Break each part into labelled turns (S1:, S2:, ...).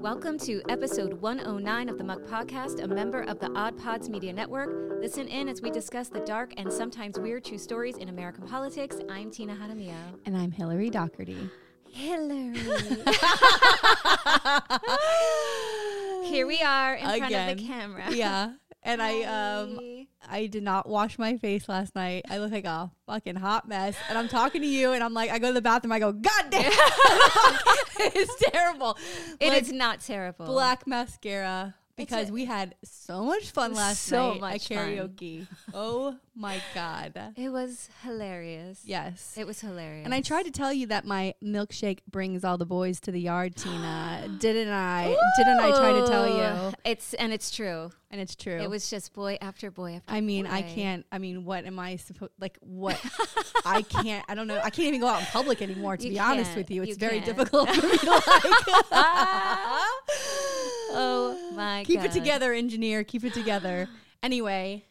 S1: Welcome to episode 109 of the Muck Podcast, a member of the Odd Pods Media Network. Listen in as we discuss the dark and sometimes weird true stories in American politics. I'm Tina Hanamio.
S2: And I'm Hillary Doherty.
S1: Hillary. Here we are in front of the
S2: Again.
S1: camera.
S2: yeah. And I um
S1: Hey.
S2: I did not wash my face last night. I look like a fucking hot mess. And I'm talking to you and I'm like I go to the bathroom, I go, God damn It's terrible.
S1: It is
S2: Like,
S1: not terrible.
S2: black mascara. Because
S1: a-
S2: we had so much fun last
S1: So
S2: night
S1: much
S2: at
S1: fun.
S2: karaoke. oh my god.
S1: It was hilarious.
S2: Yes.
S1: It was hilarious.
S2: And I tried to tell you that my milkshake brings all the boys to the yard, Tina. Didn't I? Didn't I try to tell
S1: Ooh.
S2: you?
S1: It's and it's true.
S2: And it's true.
S1: It was just boy after boy after
S2: I mean, I
S1: boy.
S2: can't. I mean, what am I supposed like? What I can't. I don't know. I can't even go out in public anymore. To
S1: You
S2: be honest
S1: can't.
S2: with you, it's
S1: You
S2: very
S1: can't.
S2: difficult. For me to like,
S1: Ah! Oh my
S2: keep
S1: God.
S2: it together, engineer. Keep it together. Anyway,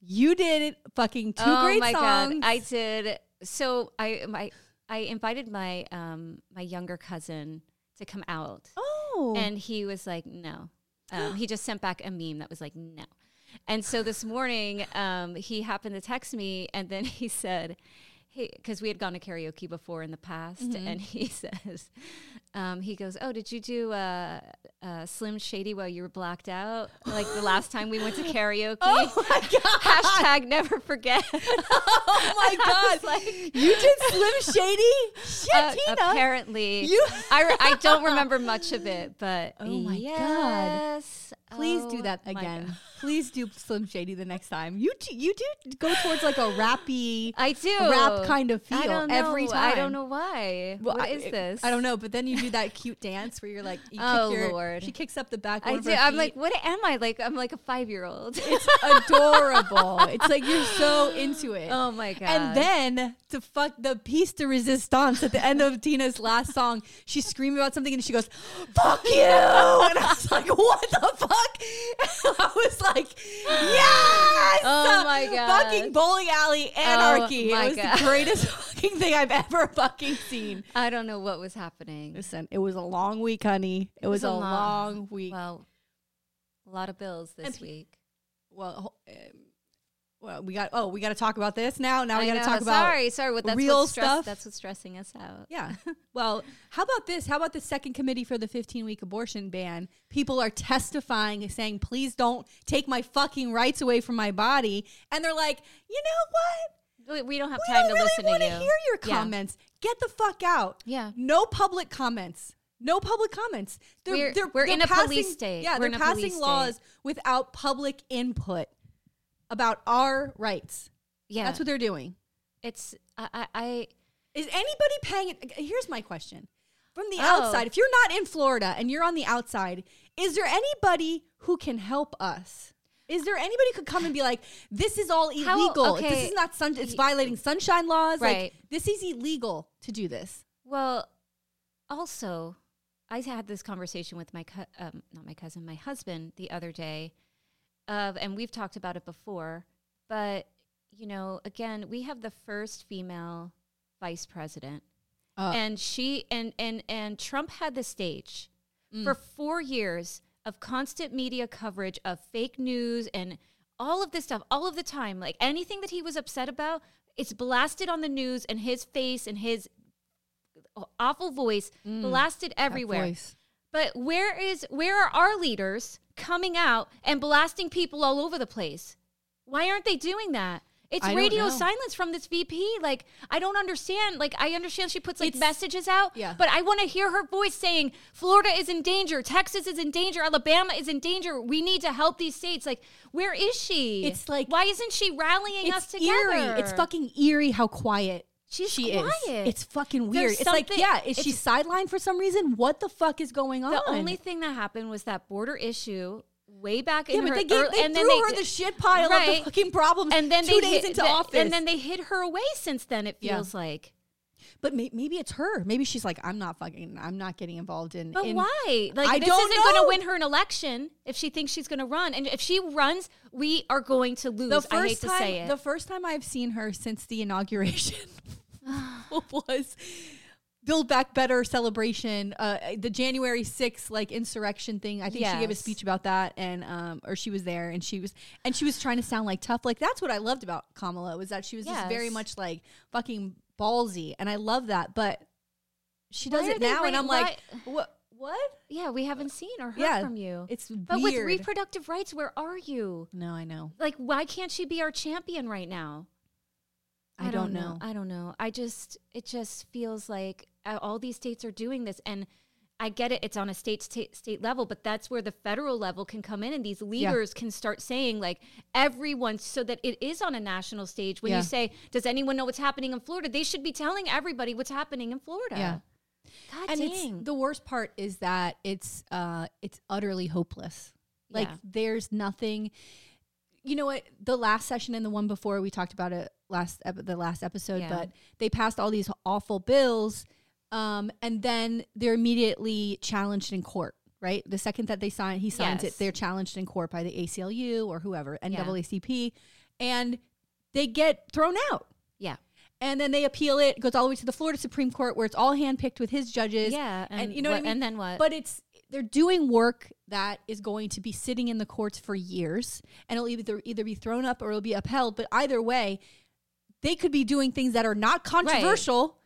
S2: you did it. Fucking two
S1: oh
S2: great
S1: my
S2: songs.
S1: god i did so i my i invited my um my younger cousin to come out
S2: oh,
S1: and he was like no um, he just sent back a meme that was like no and so this morning um, he happened to text me and then he said hey because we had gone to karaoke before in the past
S2: Mm-hmm.
S1: and he says um, he goes oh did you do uh, uh, slim shady while you were blacked out like the last time we went to karaoke
S2: oh my god.
S1: hashtag never forget
S2: Oh my
S1: I was
S2: god.
S1: like-
S2: you did Slim Shady. Shit,
S1: Uh,
S2: Tina.
S1: apparently
S2: You-
S1: I, re- I don't remember much of it but
S2: Oh my God.
S1: yes.
S2: Please
S1: Oh
S2: do that
S1: my
S2: again.
S1: God.
S2: Please do Slim Shady the next time. You do, you do go towards like a rappy.
S1: I do
S2: rap kind of
S1: I
S2: feel
S1: don't know.
S2: every
S1: I
S2: time.
S1: don't know why.
S2: Well,
S1: what
S2: I-
S1: is this?
S2: I don't know, but then you do that cute dance where you're like, you
S1: Oh,
S2: kick your,
S1: Lord.
S2: she kicks up the back.
S1: I
S2: one of
S1: do.
S2: her
S1: I'm
S2: feet.
S1: like, what am I like? I'm like a five year old.
S2: it's adorable. it's like you're so into it.
S1: oh my god!
S2: And then to fuck the piece de resistance at the end of Tina's last song, she's screaming about something and she goes, "Fuck you!" And I was like, "What the fuck?" I was like, "Yes!"
S1: Oh my God. Oh,
S2: Fucking bowling alley anarchy.
S1: my
S2: it was
S1: God.
S2: the greatest fucking thing I've ever fucking seen.
S1: I don't know what was happening.
S2: Listen, it was a long week, honey. It, was, a long, week. Well,
S1: Well, a lot of bills this
S2: pe-
S1: week.
S2: ho- um, well, we got. Oh, we got to talk about this now. Now Oh, we
S1: I
S2: got to
S1: know.
S2: talk about.
S1: sorry, sorry. What that's
S2: real
S1: what's stress-
S2: stuff.
S1: That's what's stressing us out.
S2: Yeah. Well, how about this? How about the second committee for the 15 week abortion ban? People are testifying and saying, please don't take my fucking rights away from my body. And they're like, you know what?
S1: We, we don't have
S2: We
S1: time
S2: don't
S1: to
S2: really
S1: listen
S2: want
S1: to
S2: to
S1: you.
S2: hear your
S1: Yeah.
S2: comments. Get the fuck out.
S1: Yeah.
S2: No public comments. No public comments. They're,
S1: We're-
S2: they're,
S1: we're
S2: they're
S1: in a
S2: passing,
S1: police state.
S2: Yeah,
S1: We're in
S2: they're
S1: a police
S2: passing
S1: state.
S2: laws without public input about our rights.
S1: Yeah,
S2: That's what they're doing.
S1: it's. I, I, I
S2: Is anybody paying? it- uh, Here's my question: From the
S1: Oh.
S2: outside, if you're not in Florida and you're on the outside, is there anybody who can help us? Is there anybody who could come and be like, "This is all
S1: How-
S2: illegal.
S1: okay.
S2: This is not sun. It's
S1: Y-
S2: violating sunshine laws.
S1: Right.
S2: Like this is illegal to do this."
S1: Well, also, I had this conversation with my cou- um, not my cousin, my husband the other day, of, and we've talked about it before, but you know, again, we have the first female vice president,
S2: Uh.
S1: and she and and and Trump had the stage for four years of constant media coverage of fake news and all of this stuff all of the time like anything that he was upset about it's blasted on the news and his face and his uh, awful voice blasted everywhere but where is where are our leaders coming out and blasting people all over the place why aren't they doing that it's
S2: I don't
S1: radio
S2: know.
S1: silence from this VP. Like, I don't understand. Like, I understand she puts like
S2: It's-
S1: messages out,
S2: yeah.
S1: but I want to hear her voice saying, Florida is in danger, Texas is in danger, Alabama is in danger. We need to help these states. Like, where is she?
S2: It's like-
S1: why isn't she rallying us
S2: It's
S1: together?
S2: eerie. It's fucking eerie how quiet
S1: She's
S2: she
S1: quiet.
S2: is. It's fucking
S1: There's
S2: weird. It's like,
S1: something-
S2: yeah, is she
S1: it's-
S2: sidelined for some reason? What the fuck is going on?
S1: The only thing that happened was that border issue way back
S2: Yeah,
S1: in
S2: but
S1: her
S2: they, gave,
S1: early-
S2: they
S1: and
S2: threw
S1: then they
S2: her
S1: d-
S2: the shit pile of
S1: Right.
S2: the fucking problems.
S1: and then
S2: two
S1: they
S2: days
S1: hid,
S2: into
S1: the-
S2: office,
S1: and then they hid her away since then. It
S2: Yeah.
S1: feels like,
S2: but may, maybe it's her. Maybe she's like, I'm not fucking, I'm not getting involved in.
S1: but
S2: in-
S1: why? Like
S2: I
S1: this
S2: don't
S1: isn't going
S2: know.
S1: to win her an election if she thinks she's going to run, and if she runs, we are going to lose.
S2: The first
S1: I hate
S2: time,
S1: to say it.
S2: the first time I've seen her since the inauguration was Build Back Better celebration, uh, the January 6th like insurrection thing. I think she gave a
S1: Yes.
S2: speech about that, and um, or she was there, and she was and she was trying to sound like tough. Like that's what I loved about Kamala was that she was just very
S1: Yes.
S2: much like fucking ballsy, and I love that. But she
S1: Why
S2: does
S1: are
S2: it
S1: they
S2: now, and
S1: ra-
S2: I'm like, what? What?
S1: Yeah, we haven't seen or heard
S2: yeah,
S1: from you.
S2: It's
S1: but with
S2: weird.
S1: reproductive rights, where are you?
S2: no, I know.
S1: Like, why can't she be our champion right now?
S2: I, don't, know.
S1: I don't know. I just, it just feels like uh, all these states are doing this. And I get it, it's on a state, state, state level, but that's where the federal level can come in and these leaders can start saying, like, everyone, so that it is on a national stage. When
S2: Yeah.
S1: you say, does anyone know what's happening in Florida? They should be telling everybody what's happening in Florida.
S2: Yeah.
S1: God
S2: and it's
S1: dang.
S2: the worst part is that it's uh it's utterly hopeless like
S1: Yeah.
S2: there's nothing you know what the last session and the one before we talked about it last ep- the last episode
S1: Yeah.
S2: but they passed all these awful bills um and then they're immediately challenged in court right the second that they sign he signs
S1: Yes.
S2: it they're challenged in court by the ACLU or whoever
S1: Yeah.
S2: NAACP and they get thrown out
S1: yeah.
S2: and then they appeal it. It goes all the way to the Florida Supreme Court, where it's all handpicked with his judges.
S1: Yeah,
S2: and,
S1: and
S2: you know what I
S1: what-
S2: mean.
S1: and then what?
S2: But it's they're doing work that is going to be sitting in the courts for years, and it'll either either be thrown up or it'll be upheld. But either way, they could be doing things that are not controversial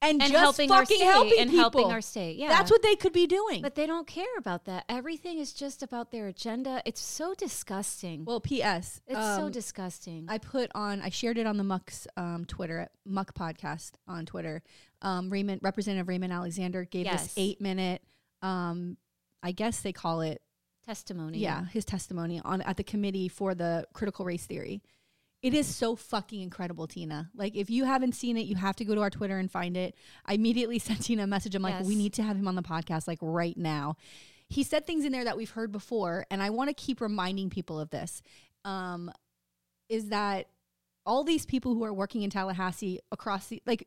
S2: and,
S1: And
S2: just
S1: helping our
S2: fucking
S1: state,
S2: helping
S1: and
S2: people.
S1: helping our state, yeah.
S2: that's what they could be doing.
S1: But they don't care about that. Everything is just about their agenda. It's so disgusting.
S2: well, P.S.
S1: it's so
S2: um,
S1: disgusting.
S2: I put on, I shared it on the Muck's um, Twitter, at Muck Podcast on Twitter. Um, Raymond, Representative Raymond Alexander gave this
S1: Yes.
S2: eight minute, um, I guess they call it,
S1: Testimony.
S2: yeah, his testimony on at the committee for the critical race theory. It is so fucking incredible, Tina. Like, if you haven't seen it, you have to go to our Twitter and find it. I immediately sent Tina a message. I'm like,
S1: Yes.
S2: we need to have him on the podcast, like, right now. He said things in there that we've heard before, and I want to keep reminding people of this. Um, is that all these people who are working in Tallahassee across the like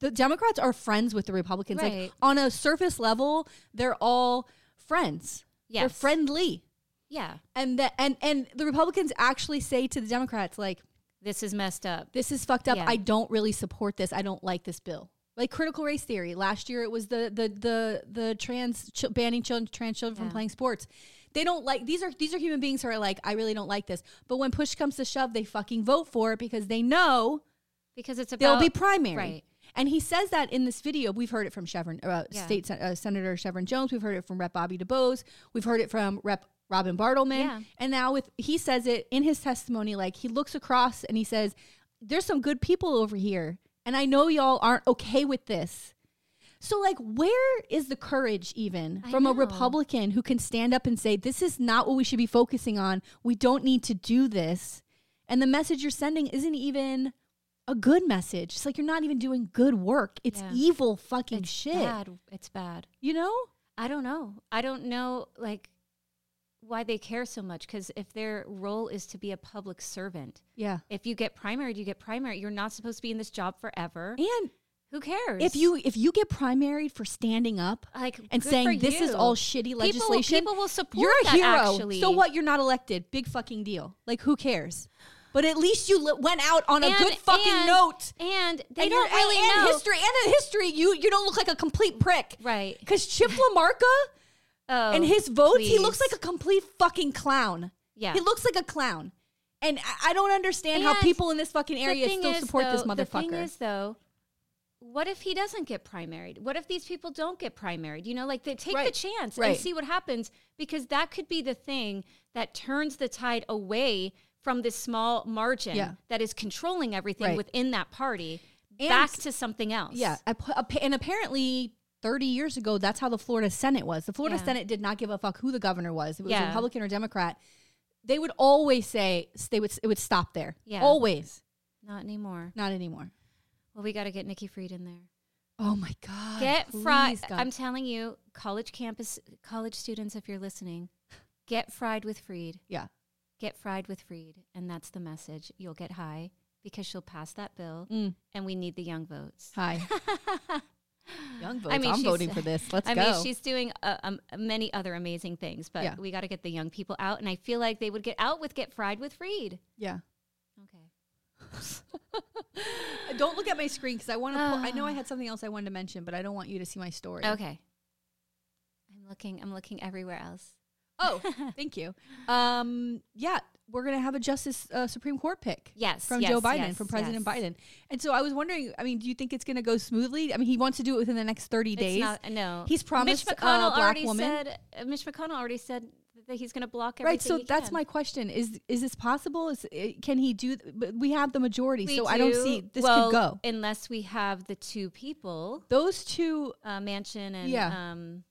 S2: the Democrats are friends with the Republicans. Like
S1: Right.
S2: on a surface level, they're all friends. They're
S1: Yes.
S2: friendly.
S1: Yeah.
S2: And the and and the Republicans actually say to the Democrats, like,
S1: This is messed up.
S2: this is fucked up.
S1: Yeah.
S2: I don't really support this. I don't like this bill. Like critical race theory. Last year, it was the the the the trans ch- banning children trans children from
S1: Yeah.
S2: playing sports. They don't like these are these are human beings who are like I really don't like this. But when push comes to shove, they fucking vote for it because they know
S1: Because it's
S2: there'll
S1: about
S2: be primary.
S1: Right.
S2: And he says that in this video. We've heard it from Chevron, uh,
S1: Yeah.
S2: State Sen- uh, Senator Chevron Jones. We've heard it from Rep. Bobby DeBose. We've heard it from Rep. Robin Bartleman.
S1: Yeah.
S2: And now with he says it in his testimony, like he looks across and he says, "There's some good people over here, and I know y'all aren't okay with this." So like, where is the courage even
S1: I
S2: from a
S1: know.
S2: Republican who can stand up and say, "This is not what we should be focusing on. We don't need to do this," and the message you're sending isn't even a good message. It's like you're not even doing good work. It's
S1: Yeah.
S2: evil fucking
S1: It's
S2: shit.
S1: bad. It's bad.
S2: You know?
S1: I don't know. I don't know like why they care so much because if their role is to be a public servant,
S2: Yeah.
S1: if you get primaried, you get primaried. You're not supposed to be in this job forever.
S2: And
S1: Who cares?
S2: if you if you get primaried for standing up
S1: like
S2: and
S1: good
S2: saying
S1: for
S2: this is
S1: you.
S2: all shitty
S1: People-
S2: legislation,
S1: people will support
S2: you're a
S1: that,
S2: hero.
S1: actually.
S2: So what? You're not elected. Big fucking deal. Like who cares? But at least you li- went out on a
S1: And-
S2: good fucking
S1: and-
S2: note.
S1: And they don't
S2: And you're-
S1: really
S2: and, and
S1: know.
S2: history and in history. You you don't look like a complete prick,
S1: Right.
S2: Because Chip LaMarca.
S1: Oh,
S2: and his votes, he
S1: please.
S2: looks like a complete fucking clown.
S1: Yeah.
S2: He looks like a clown. And I, I don't understand how
S1: And
S2: people in this fucking area
S1: The thing
S2: still
S1: is,
S2: support this
S1: though-
S2: motherfucker.
S1: The thing is, though, what if he doesn't get primaried? What if these people don't get primaried? You know, like they take the
S2: Right.
S1: chance
S2: Right.
S1: and see what happens because that could be the thing that turns the tide away from this small margin
S2: Yeah.
S1: that is controlling everything
S2: Right.
S1: within that party
S2: And-
S1: back to something else.
S2: yeah. ap- ap- And apparently, 30 years ago, that's how the Florida Senate was. The Florida
S1: Yeah.
S2: Senate did not give a fuck who the governor was, if it was
S1: Yeah.
S2: Republican or Democrat. They would always say they would it would stop there.
S1: Yeah.
S2: Always.
S1: Not anymore.
S2: Not anymore.
S1: Well, we got to get Nikki Fried in there.
S2: Oh my god.
S1: Get fried.
S2: please, God.
S1: I'm telling you, college campus, college students, if you're listening, get fried with Freed.
S2: yeah.
S1: Get fried with Freed. And that's the message. You'll get high because she'll pass that bill.
S2: Mm.
S1: And we need the young votes.
S2: Hi. Young votes. I
S1: mean,
S2: am
S1: she's-
S2: voting for this. Let's
S1: I
S2: go.
S1: mean, she's doing uh, um, many other amazing things, but
S2: Yeah.
S1: we got to get the young people out. And I feel like they would get out with Get Fried with Freed.
S2: yeah.
S1: Okay.
S2: Uh, don't look at my screen because I want to. I know I
S1: Ah.
S2: had something else I wanted to mention, but I don't want you to see my story.
S1: Okay. I'm looking. I'm looking everywhere else.
S2: Oh, thank you. Um, yeah, we're gonna have a justice uh, Supreme Court pick.
S1: Yes,
S2: from
S1: yes,
S2: Joe Biden,
S1: yes,
S2: from President
S1: yes.
S2: Biden. And so I was wondering. I mean, do you think it's gonna go smoothly? I mean, he wants to do it within the next thirty days.
S1: It's not, no,
S2: He's promised
S1: Mitch
S2: a
S1: McConnell
S2: black
S1: already
S2: woman.
S1: said. uh, Mitch McConnell already said that he's going to block everything.
S2: Right, so
S1: he
S2: that's
S1: can.
S2: my question: is is this possible? Is it, can he do? th- But we have the majority,
S1: We
S2: so I don't
S1: do-
S2: see this
S1: well,
S2: could go.
S1: unless we have the two people,
S2: Those two
S1: uh, Mansion and
S2: Yeah.
S1: um,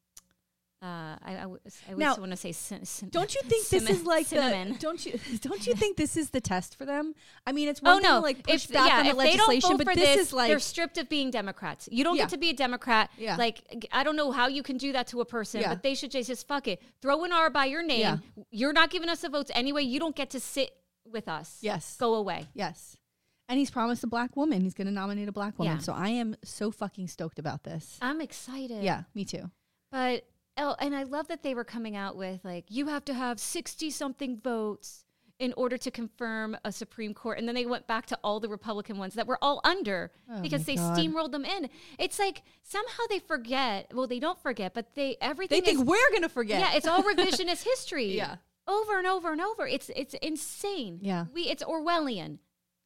S1: uh, I, I, w- I always
S2: Now,
S1: want to say cin- cin-
S2: Don't you think this
S1: cinnamon-
S2: is like
S1: cinnamon?
S2: the don't you don't you think this is the test for them? I mean, it's one
S1: Oh
S2: thing
S1: no!
S2: to like push
S1: if
S2: back
S1: yeah,
S2: on the
S1: if they don't
S2: legislation,
S1: vote
S2: but
S1: for
S2: this,
S1: this,
S2: is like
S1: they're stripped of being Democrats. You don't
S2: Yeah.
S1: get to be a Democrat.
S2: Yeah.
S1: Like g- I don't know how you can do that to a person,
S2: Yeah.
S1: but they should just, just fuck it. Throw an R by your name.
S2: Yeah.
S1: You're not giving us the votes anyway. You don't get to sit with us.
S2: yes,
S1: Go away.
S2: yes. And he's promised a black woman. He's going to nominate a black woman.
S1: Yeah.
S2: So I am so fucking stoked about this.
S1: I'm excited.
S2: Yeah, me too.
S1: But oh, and I love that they were coming out with like you have to have sixty something votes in order to confirm a Supreme Court, and then they went back to all the Republican ones that were all under
S2: Oh
S1: because
S2: my
S1: they
S2: God.
S1: steamrolled them in. It's like somehow they forget. Well, they don't forget, but they
S2: They
S1: everything
S2: think
S1: is,
S2: we're going to forget.
S1: yeah, it's all revisionist history.
S2: Yeah.
S1: Over and over and over. It's it's insane.
S2: Yeah.
S1: We it's Orwellian.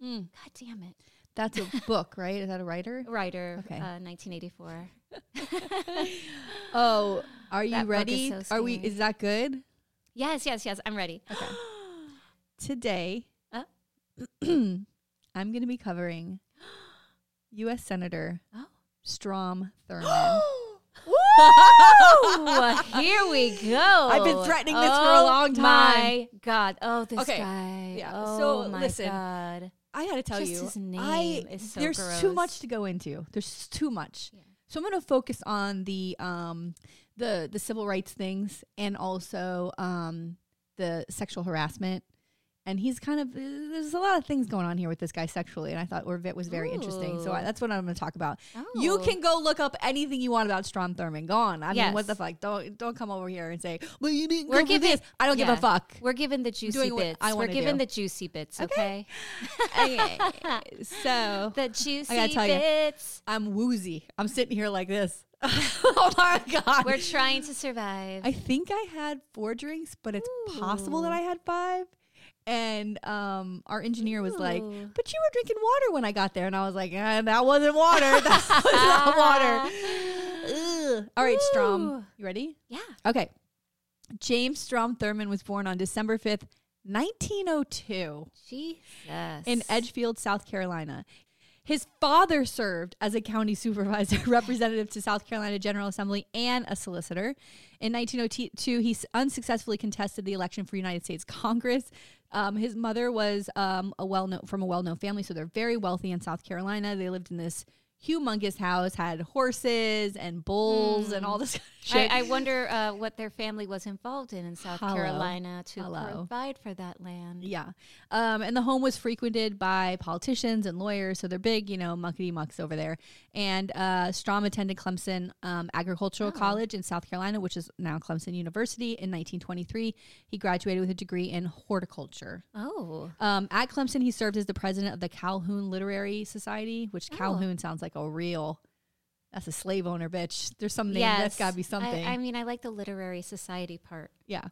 S2: Mm.
S1: God damn it.
S2: That's a book, right? Is that a writer?
S1: Writer
S2: Okay.
S1: uh, 1984.
S2: Oh, are you
S1: That book is
S2: ready?
S1: so
S2: are we?
S1: scary.
S2: Is that good?
S1: Yes, yes, yes. I'm ready.
S2: Okay. Today,
S1: Uh.
S2: I'm going to be covering U.S. Senator
S1: Oh.
S2: Strom Thurmond.
S1: Well, here we go.
S2: I've been threatening this for a
S1: Oh
S2: long time.
S1: My God. Oh, this
S2: Okay.
S1: guy.
S2: Yeah.
S1: Oh,
S2: So,
S1: my
S2: listen.
S1: God.
S2: I got to tell
S1: Just
S2: you,
S1: his name
S2: I
S1: is so
S2: there's too
S1: gross.
S2: much to go into. There's too much.
S1: Yeah.
S2: So I'm going to focus on the um the the civil rights things and also um the sexual harassment. And he's kind of uh, there's a lot of things going on here with this guy sexually, and I thought Orvit was very interesting. So I,
S1: Ooh. Oh.
S2: that's what I'm going to talk about. You can go look up anything you want about Strom Thurmond. Go on. I mean, what
S1: Yes.
S2: the fuck? Don't don't come over here and say, "Well, you didn't
S1: We're
S2: go for
S1: giving-
S2: this." I don't give
S1: yeah.
S2: a fuck.
S1: We're giving the juicy
S2: doing what
S1: bits.
S2: I
S1: We're
S2: wanna
S1: giving the
S2: do.
S1: juicy bits, okay?
S2: Okay. Okay. so
S1: The juicy
S2: tell ya.
S1: bits.
S2: I'm woozy. I'm sitting here like this. oh my god.
S1: We're trying to survive.
S2: I think I had four drinks, but it's possible that
S1: Ooh.
S2: I had five. And um, our engineer was like,
S1: Ooh.
S2: "But you were drinking water when I got there," and I was like, eh, "That wasn't water. That was not water." Ugh. All right,
S1: Ooh.
S2: Strom, you ready?
S1: Ah. yeah.
S2: Okay. James Strom Thurmond was born on December oh 5th, 1902,
S1: Jesus.
S2: in Edgefield, South Carolina. His father served as a county supervisor, representative to South Carolina General Assembly, and a solicitor. In 1902, he s- unsuccessfully contested the election for United States Congress. Um, his mother was um, a well-known from a well-known family, so they're very wealthy in South Carolina. They lived in this humongous house, had horses and bulls and all this kind of shit.
S1: Mm. I, I wonder uh, what their family was involved in in South
S2: Hello.
S1: Carolina to
S2: Hello.
S1: provide for that land.
S2: Yeah. Um, and the home was frequented by politicians and lawyers. So they're big, you know, muckety mucks over there. And uh, Strom attended Clemson um,
S1: Oh.
S2: Agricultural College in South Carolina, which is now Clemson University, in 1923. He graduated with a degree in horticulture.
S1: Oh,
S2: Um, at Clemson, he served as the president of the Calhoun Literary Society, which
S1: Oh.
S2: Calhoun sounds like a real. That's a slave owner, bitch. There's some name.
S1: yes.
S2: That's got to be
S1: I-
S2: something.
S1: I, mean, I like the literary society part.
S2: yeah.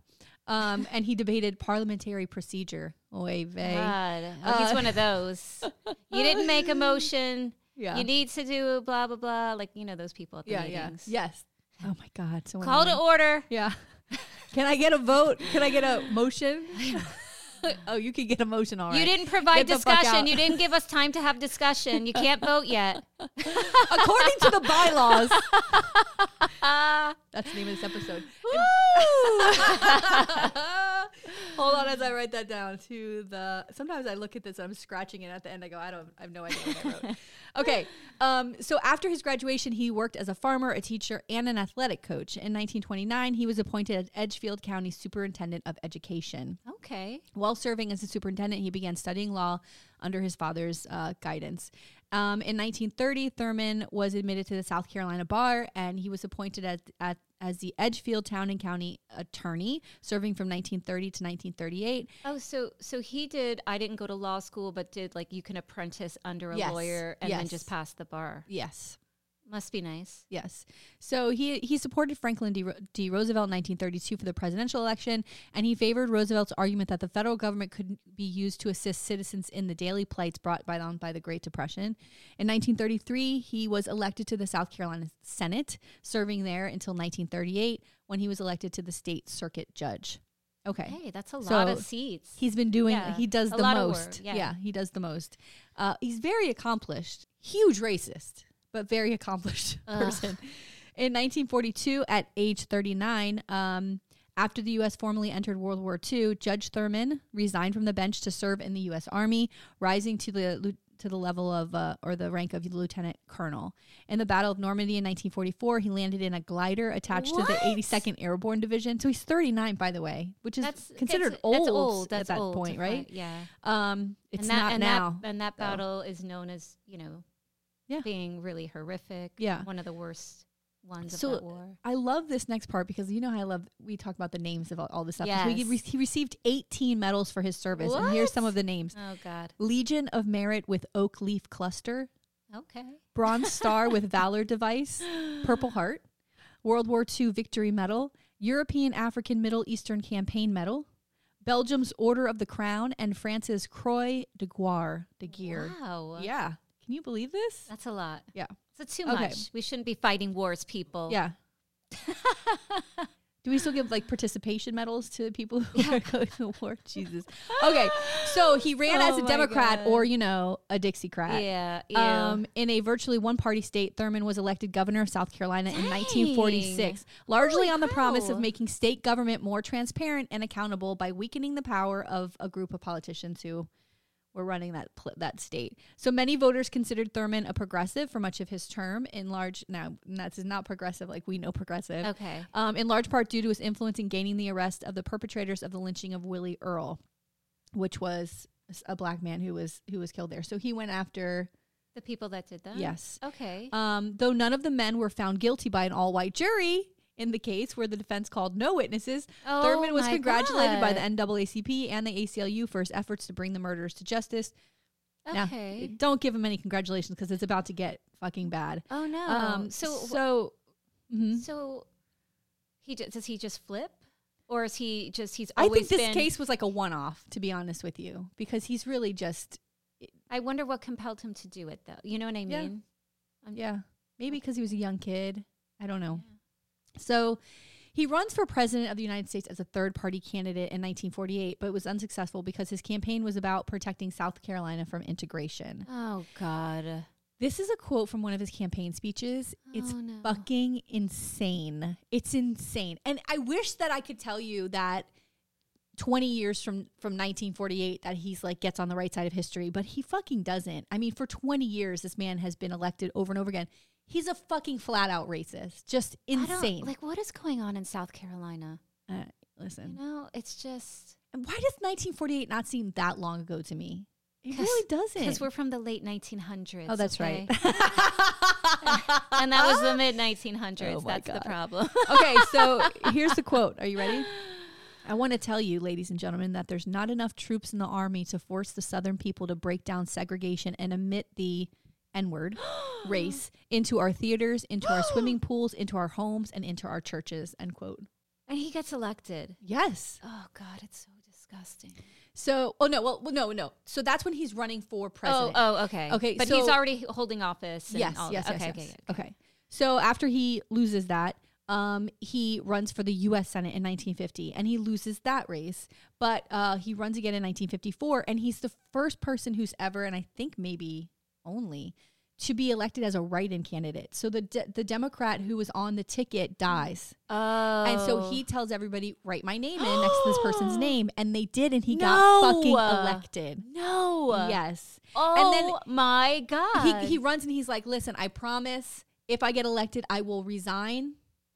S2: Um, and he debated parliamentary procedure. Oy vey.
S1: God. Oh, he's
S2: Uh,
S1: one of those. you didn't make a motion.
S2: Yeah.
S1: You need to do blah blah blah. Like you know those people at the meetings.
S2: Yeah. Yes. Oh my God. So
S1: Call to
S2: annoying.
S1: order.
S2: Yeah. Can I get a vote? Can I get a motion? oh, you can get a motion. All right.
S1: You didn't provide
S2: Get the fuck
S1: discussion.
S2: out.
S1: You didn't give us time to have discussion. You can't vote yet.
S2: According to the bylaws. That's the name of this episode. Hold on as I write that down to the sometimes I look at this and I'm scratching it at the end I go I don't I have no idea what I wrote. okay. Um, so after his graduation he worked as a farmer, a teacher and an athletic coach. In 1929 he was appointed as Edgefield County Superintendent of Education.
S1: Okay.
S2: While serving as a superintendent, he began studying law under his father's uh, guidance. Um, in 1930, Thurman was admitted to the South Carolina bar, and he was appointed as, at, as the Edgefield Town and County Attorney, serving from 1930 to 1938.
S1: Oh, so so he did. I didn't go to law school, but did like you can apprentice under a
S2: Yes,
S1: lawyer and then
S2: yes.
S1: just pass the bar.
S2: Yes.
S1: Must be nice.
S2: Yes. So he he supported Franklin D. Ro- D. Roosevelt in 1932 for the presidential election, and he favored Roosevelt's argument that the federal government could be used to assist citizens in the daily plights brought by on by the Great Depression. In 1933, he was elected to the South Carolina Senate, serving there until 1938 when he was elected to the state circuit judge. Okay.
S1: Hey, that's a
S2: Eh. So,
S1: lot of seats.
S2: He's been doing.
S1: Yeah,
S2: He does
S1: a
S2: the
S1: lot of
S2: most.
S1: work,
S2: yeah.
S1: yeah.
S2: he does the most. Uh, he's very accomplished. Huge racist, but very accomplished person. In 1942, at age 39, um, after the U.S. formally entered World War II, Judge Thurman resigned from the bench to serve in the U.S. Army, rising to the lieu- to the level of uh, or the rank of lieutenant colonel. In the Battle of Normandy in 1944, he landed in a glider attached to the
S1: What?
S2: 82nd Airborne Division. So he's 39, by the way, which is
S1: that's
S2: considered
S1: that's,
S2: old,
S1: That's old.
S2: at
S1: That's
S2: that
S1: old to
S2: point,
S1: fight,
S2: right?
S1: Yeah.
S2: Um, it's
S1: and that,
S2: not
S1: and
S2: now.
S1: That, and that
S2: so.
S1: battle is known as you know,
S2: Yeah.
S1: being really horrific.
S2: Yeah.
S1: one of the worst ones
S2: So,
S1: of that war.
S2: I love this next part because you know how I love we talk about the names of all, all this stuff. So he,
S1: Yes.
S2: re- he received 18 medals for his service, and here's some
S1: What?
S2: of the names:
S1: Oh God.
S2: Legion of Merit with Oak Leaf Cluster,
S1: Okay.
S2: Bronze Star with Valor Device, Purple Heart, World War II Victory Medal, European African Middle Eastern Campaign Medal, Belgium's Order of the Crown, and France's Croix de Guerre. De Guerre.
S1: Wow.
S2: Yeah, can you believe this?
S1: That's a lot.
S2: Yeah.
S1: It's too
S2: Okay.
S1: much. We shouldn't be fighting wars, people.
S2: Yeah. Do we still give like participation medals to people who are going to war? Jesus. Okay. So he ran as
S1: Oh
S2: a
S1: my
S2: Democrat
S1: God.
S2: or, you know, a Dixiecrat.
S1: Yeah. Um,
S2: Um, in a virtually one party state, Thurman was elected governor of South Carolina in 1946, largely
S1: Holy
S2: on the promise of
S1: cow.
S2: making state government more transparent and accountable by weakening the power of a group of politicians who were running that pl- that state. So many voters considered Thurman a progressive for much of his term. In large now, that's not progressive like we know progressive.
S1: okay.
S2: Um, in large part due to his influence in gaining the arrest of the perpetrators of the lynching of Willie Earl, which was a black man who was who was killed there. So he went after
S1: The people that did that?
S2: yes.
S1: Okay.
S2: Um, though none of the men were found guilty by an all white jury in the case where the defense called no witnesses,
S1: Oh
S2: Thurman was
S1: my
S2: congratulated by the
S1: God.
S2: NAACP and the ACLU for his efforts to bring the murderers to justice. Now,
S1: okay.
S2: don't give him any congratulations because it's about to get fucking bad.
S1: oh no.
S2: Um,
S1: so
S2: so mhm.
S1: so he ju- does he just flip? Or is he just he's
S2: I
S1: always
S2: think this
S1: been
S2: case was like a one off, to be honest with you, because he's really just,
S1: I wonder what compelled him to do it though. You know what I
S2: Yeah.
S1: mean? I'm-
S2: yeah, maybe because he was a young kid. I don't know. So he runs for president of the United States as a third party candidate in 1948, but was unsuccessful because his campaign was about protecting South Carolina from integration.
S1: Oh God.
S2: This is a quote from one of his campaign speeches. It's
S1: Oh, no.
S2: fucking insane. It's insane. And I wish that I could tell you that 20 years from from 1948 that he's like gets on the right side of history, but he fucking doesn't. I mean, for 20 years this man has been elected over and over again. He's a fucking flat out racist. Just
S1: I don't-
S2: insane.
S1: Like what is going on in South Carolina?
S2: uh,
S1: You
S2: listen.
S1: know, it's just
S2: And why does 1948 not seem that long ago to me? It
S1: 'Cause-
S2: really doesn't.
S1: because we're from the late 1900s.
S2: oh, that's
S1: okay?
S2: right.
S1: and that was the mid 1900s.
S2: Oh my
S1: that's
S2: God.
S1: the problem.
S2: okay, so here's the quote. Are you ready? I want to tell you, ladies and gentlemen, that there's not enough troops in the army to force the Southern people to break down segregation and admit the N word race into our theaters, into our swimming pools, into our homes, and into our churches. End quote.
S1: and he gets elected.
S2: Yes.
S1: Oh God, it's so disgusting.
S2: So, oh no, well, well, no, no. So that's when he's running for president.
S1: Oh, oh, okay,
S2: Okay,
S1: But
S2: so-
S1: he's already h- holding office. And
S2: Yes,
S1: all
S2: yes,
S1: that.
S2: yes,
S1: okay,
S2: yes.
S1: okay,
S2: Okay. So after he loses that, um, he runs for the U.S. Senate in 1950, and he loses that race. But uh, he runs again in 1954, and he's the first person who's ever, and I think maybe only, to be elected as a write-in candidate. So the de- the Democrat who was on the ticket dies,
S1: Oh,
S2: and so he tells everybody, "Write my name in next to this person's name," and they did, and he got
S1: No.
S2: fucking elected.
S1: no,
S2: Yes.
S1: Oh
S2: and then
S1: my God,
S2: he, he runs and he's like, listen, I promise if I get elected, I will resign.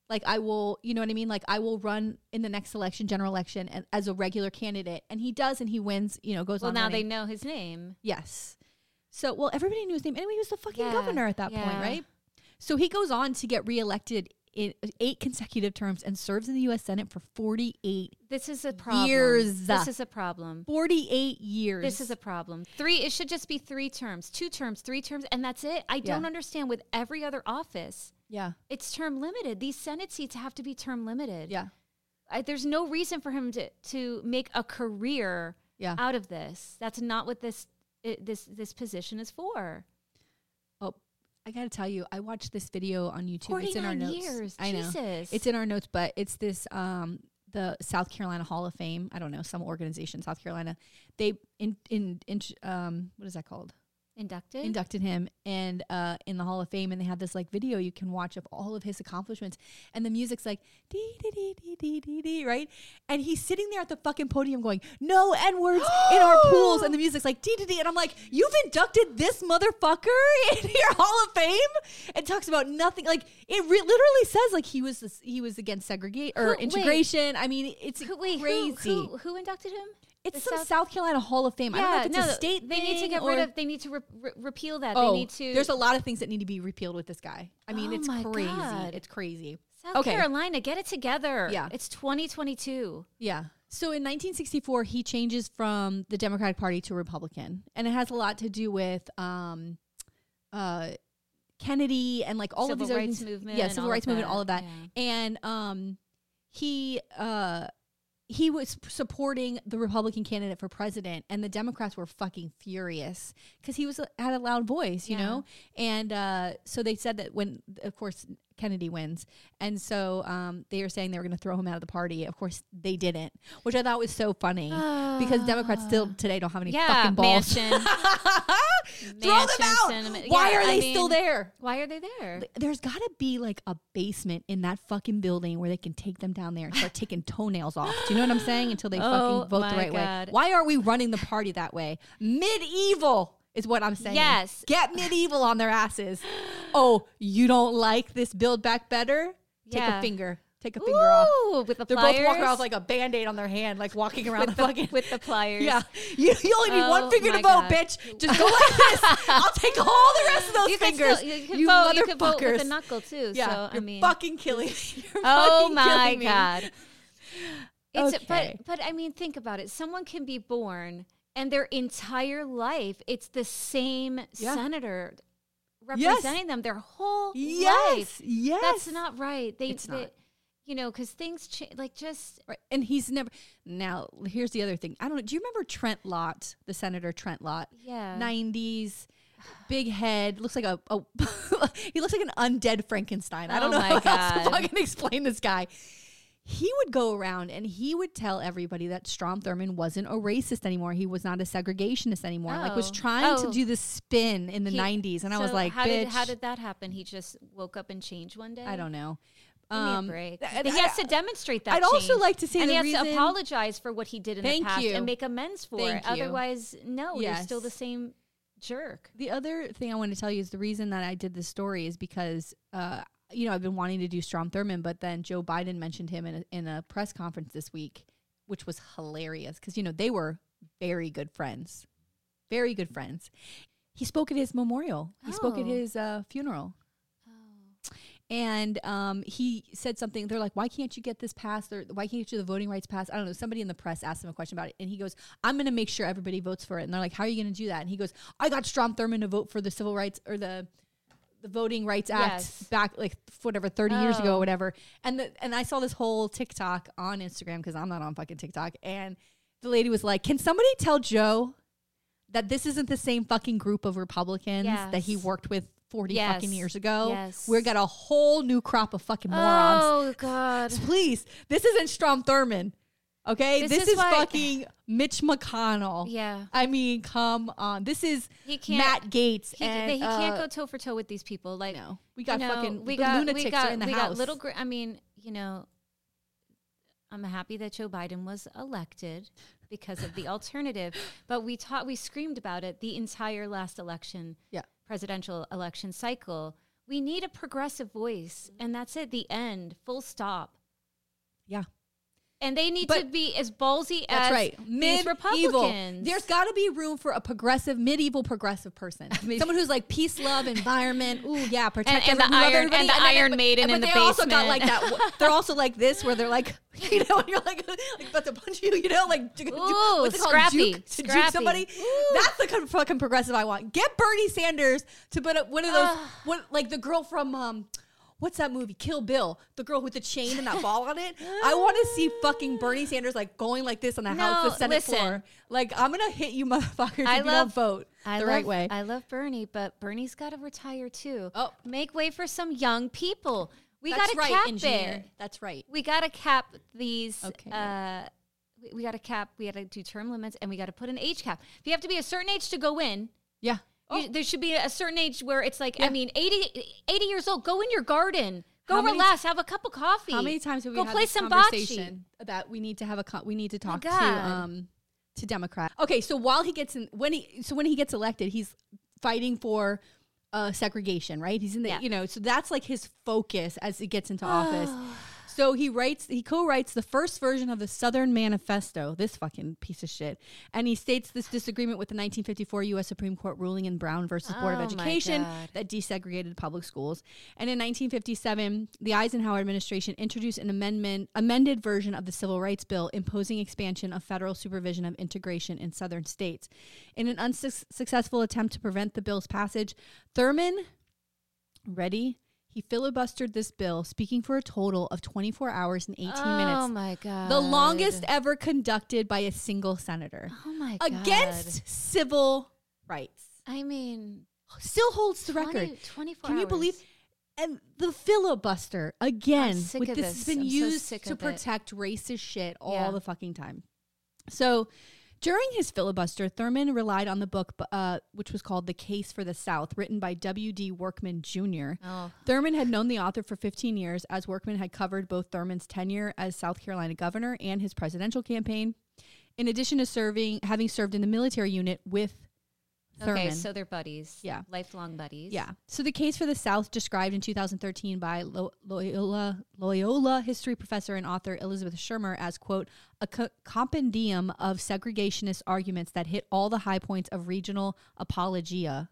S2: Like I will, you know what I mean? Like I will run in the next election, general election, and, as a regular candidate. And he does, and he wins. You know, goes
S1: Well,
S2: on.
S1: now they
S2: running.
S1: know his name.
S2: yes. So, well, everybody knew his name. Anyway, he was the fucking
S1: Yeah,
S2: governor at that point,
S1: yeah.
S2: right? So he goes on to get reelected in eight consecutive terms and serves in the U.S. Senate for 48,
S1: This is a problem.
S2: Years.
S1: This is a problem.
S2: 48 years.
S1: This is a problem. Three, it should just be three terms, two terms, three terms, and that's it. I don't
S2: Yeah.
S1: understand with every other office,
S2: yeah,
S1: it's term limited. These Senate seats have to be term limited.
S2: yeah,
S1: I, there's no reason for him to, to make a career
S2: yeah.
S1: out of this. That's not what this it, this this position is for.
S2: Oh, I gotta tell you, I watched this video on YouTube. It's in our
S1: 49
S2: notes.
S1: years.
S2: I know
S1: Jesus.
S2: it's in our notes, but it's this um the South Carolina Hall of Fame. I don't know some organization, South Carolina. They in in, in um what is that called?
S1: Inducted.
S2: Inducted him and uh in the Hall of Fame, and they had this like video you can watch of all of his accomplishments, and the music's like dee dee dee dee dee dee dee right, and he's sitting there at the fucking podium going no n words in our pools, and the music's like dee dee dee, and I'm like you've inducted this motherfucker into your Hall of Fame, and talks about nothing like it re- literally says like he was this, he was against segregation or
S1: Who- wait.
S2: integration. I mean it's
S1: who, wait,
S2: crazy.
S1: who, who who inducted him?
S2: it's
S1: the
S2: some South,
S1: South-
S2: Carolina Hall of Fame. I don't know if it's a state.
S1: They need to
S2: thing
S1: get rid
S2: or- Oh,
S1: of. They need to re- re- repeal that. they need to.
S2: There's a lot of things that need to be repealed with this guy. I mean,
S1: Oh
S2: it's
S1: my
S2: crazy.
S1: God.
S2: It's crazy.
S1: South
S2: okay.
S1: Carolina, get it together.
S2: Yeah.
S1: it's 2022.
S2: Yeah. So in 1964, he changes from the Democratic Party to Republican, and it has a lot to do with um, uh, Kennedy and like all of
S1: Civil
S2: these other
S1: rights
S2: things.
S1: movement
S2: yeah,
S1: and
S2: civil
S1: all of
S2: rights movement,
S1: that.
S2: all of that,
S1: Yeah.
S2: and um, he uh, he was supporting the Republican candidate for president, and the Democrats were fucking furious because he was uh, had a loud voice, you
S1: Yeah.
S2: know, and uh, so they said that when, of course, Kennedy wins, and so um, they were saying they were going to throw him out of the party. Of course, they didn't, which I thought was so funny because Democrats still today don't have any
S1: Ah. Yeah,
S2: fucking balls.
S1: mansion.
S2: throw them
S1: mansion
S2: out.
S1: sentiment.
S2: Why
S1: Yeah,
S2: are
S1: I
S2: they still
S1: mean-
S2: there?
S1: Why are they there?
S2: There's got to be like a basement in that fucking building where they can take them down there and start taking toenails off. Do you know what I'm saying? Until they
S1: Oh
S2: fucking vote the
S1: my
S2: right
S1: God.
S2: way. Why are we running the party that way? Medieval is what I'm saying.
S1: Yes.
S2: Get medieval on their asses. Oh, you don't like this build back better? Take
S1: Yeah.
S2: a finger. Take a finger off.
S1: Ooh, with the
S2: They're
S1: pliers.
S2: both walking around with like a band aid on their hand, like walking around
S1: with
S2: the, fucking.
S1: with the pliers.
S2: yeah, you, you only need one
S1: Oh
S2: finger to
S1: my
S2: vote,
S1: God.
S2: bitch. Just go like this. I'll take all the rest of those
S1: You can
S2: fingers.
S1: still, you can
S2: you
S1: vote.
S2: motherfuckers.
S1: You can vote with a knuckle too. so I
S2: you're
S1: mean,
S2: fucking killing me. You're
S1: oh
S2: fucking
S1: my
S2: killing me.
S1: god. It's
S2: Okay.
S1: but but I mean, think about it. Someone can be born and their entire life it's the same
S2: Yeah.
S1: senator representing them their whole life.
S2: Yes, yes.
S1: That's not right. They,
S2: It's
S1: they-
S2: not.
S1: you know, because things change. Like just
S2: Right. And he's never. Now, here's the other thing. I don't know. Do you remember Trent Lott, the senator Trent Lott?
S1: yeah.
S2: 90s, big head. Looks like a. a he looks like an undead Frankenstein. I don't
S1: Oh
S2: know
S1: my
S2: how else to
S1: God.
S2: fucking explain this guy. He would go around and he would tell everybody that Strom Thurmond wasn't a racist anymore. He was not a segregationist anymore. Like was
S1: Oh.
S2: trying to
S1: Oh.
S2: do this spin in the
S1: He-
S2: 90s, and I was
S1: so
S2: like,
S1: how
S2: bitch.
S1: did how did that happen? He just woke up and changed one day.
S2: I don't know.
S1: Give me a
S2: Um,
S1: break.
S2: and
S1: he
S2: I-
S1: has to demonstrate that.
S2: I'd also
S1: change.
S2: like to say
S1: and
S2: the
S1: he has to
S2: reason-
S1: apologize for what he did in
S2: Thank
S1: the past
S2: you.
S1: and make amends for
S2: Thank
S1: it.
S2: you.
S1: Otherwise, no, you're still the
S2: Yes.
S1: same jerk.
S2: The other thing I want to tell you is the reason that I did this story is because, uh, you know, I've been wanting to do Strom Thurmond, but then Joe Biden mentioned him in a, in a press conference this week, which was hilarious because, you know, they were very good friends, very good friends. He spoke at his memorial, he spoke at
S1: Oh.
S2: his uh, funeral. And um, he said something. They're like, "Why can't you get this passed? Or why can't you do the voting rights passed?" I don't know. Somebody in the press asked him a question about it, and he goes, "I'm going to make sure everybody votes for it." And they're like, "How are you going to do that?" And he goes, "I got Strom Thurmond to vote for the civil rights or the the Voting Rights Act
S1: Yes.
S2: back like whatever 30 years ago,
S1: Oh.
S2: or whatever." And the, and I saw this whole TikTok on Instagram because I'm not on fucking TikTok, and the lady was like, "Can somebody tell Joe that this isn't the same fucking group of Republicans that he
S1: Yes.
S2: worked with 40 fucking
S1: Yes.
S2: years ago?"
S1: Yes.
S2: We're got a whole new crop of fucking morons.
S1: Oh God.
S2: Please, this isn't Strom Thurmond. Okay, this,
S1: This
S2: is,
S1: is why-
S2: fucking Mitch McConnell.
S1: Yeah.
S2: I mean, come on. This is
S1: He can't-
S2: Matt Gates.
S1: He,
S2: and,
S1: he can't
S2: uh,
S1: go toe for toe with these people. Like
S2: No, we
S1: you
S2: got
S1: know,
S2: fucking
S1: we
S2: the
S1: got
S2: lunatics
S1: we got
S2: are in the
S1: we
S2: house.
S1: got little. Gr- I mean, you know, I'm happy that Joe Biden was elected because of the alternative, but we taught we screamed about it the entire last election.
S2: yeah,
S1: presidential election cycle. We need a progressive voice, and that's it. The end. Full stop.
S2: yeah.
S1: and they need
S2: But-
S1: to be as ballsy as
S2: That's right.
S1: these Republicans.
S2: There's got to be room for a progressive, medieval, progressive person. Someone who's like peace, love, environment. Ooh, yeah, protect
S1: and the
S2: every- love
S1: Iron-
S2: everybody.
S1: and the
S2: then they-
S1: Iron
S2: but-
S1: Maiden
S2: but
S1: in the
S2: they also got
S1: basement.
S2: like that. They're also like this, where they're like, you know, you're like, like about to punch you, you know, like ju- ju-
S1: Ooh,
S2: what's it called?
S1: scrappy,
S2: Juke, to juke
S1: scrappy.
S2: somebody.
S1: Ooh.
S2: That's the kind of fucking progressive I want. Get Bernie Sanders to put up one of those,
S1: Ah.
S2: one, like the girl from. um What's that movie? Kill Bill. The girl with the chain and that ball on it. I want to see fucking Bernie Sanders like going like this on the House,
S1: No,
S2: the Senate
S1: listen.
S2: floor. Like I'm gonna hit you, motherfuckers,
S1: I
S2: if you don't
S1: love-
S2: vote the
S1: love,
S2: right way.
S1: I love Bernie, but Bernie's got to retire too.
S2: Oh.
S1: make way for some young people. We got
S2: That's
S1: to
S2: right,
S1: cap
S2: engineer.
S1: it.
S2: That's right.
S1: We got to cap these.
S2: Okay.
S1: Uh, we- we got to cap. We got to do term limits, and we got to put an age cap. If you have to be a certain age to go in,
S2: Yeah.
S1: you- there should be a certain age where it's like, I
S2: Oh. Yeah.
S1: mean, 80, 80 years old. Go in your garden. Go
S2: How many
S1: relax. have a cup of coffee.
S2: How many times have we
S1: go
S2: had
S1: play
S2: this
S1: some
S2: conversation about we need to have a con- we need to talk to
S1: God.
S2: um to Democrat? Okay, so while he gets in, when he so when he gets elected, he's fighting for uh segregation, right? He's in the
S1: Yeah.
S2: you know so that's like his focus as he gets into
S1: bocce?
S2: office. So he writes, he co-writes the first version of the Southern Manifesto. This fucking piece of shit, and he states this disagreement with the 1954 U.S. Supreme Court ruling in Brown versus Board of
S1: Oh my
S2: Education
S1: God.
S2: that desegregated public schools. And in 1957, the Eisenhower administration introduced an amendment, amended version of the Civil Rights Bill, imposing expansion of federal supervision of integration in Southern states. In an unsuccessful attempt to prevent the bill's passage, Thurman Ready? He filibustered this bill, speaking for a total of 24 hours and 18
S1: Oh
S2: minutes,
S1: my god.
S2: the longest ever conducted by a single senator
S1: Oh my god.
S2: against civil rights.
S1: I mean,
S2: Still holds the
S1: 20
S2: record.
S1: 24
S2: Can you
S1: hours.
S2: believe? And the filibuster again.
S1: I'm sick
S2: with
S1: of
S2: this.
S1: this.
S2: has been
S1: I'm so
S2: used
S1: sick
S2: to
S1: of it.
S2: protect racist shit all
S1: Yeah.
S2: the fucking time. So. During his filibuster, Thurman relied on the book, uh, which was called The Case for the South, written by W.D. Workman Jr.
S1: Oh.
S2: Thurman had known the author for 15 years, as Workman had covered both Thurman's tenure as South Carolina governor and his presidential campaign, in addition to serving, having served in the military unit with Thurman.
S1: Okay, so they're buddies.
S2: Yeah.
S1: Lifelong buddies.
S2: Yeah. So the case for the South, described in 2013 by Lo- Loyola, Loyola history professor and author Elizabeth Shermer as "quote a co- compendium of segregationist arguments that hit all the high points of regional apologia."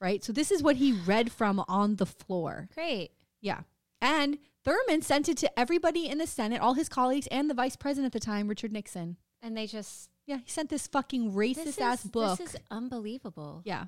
S2: Right. So this is what he read from on the floor.
S1: Great.
S2: Yeah. And Thurman sent it to everybody in the Senate, all his colleagues, and the vice president at the time, Richard Nixon.
S1: And they just
S2: Yeah, he sent this fucking racist ass book.
S1: This is unbelievable.
S2: Yeah.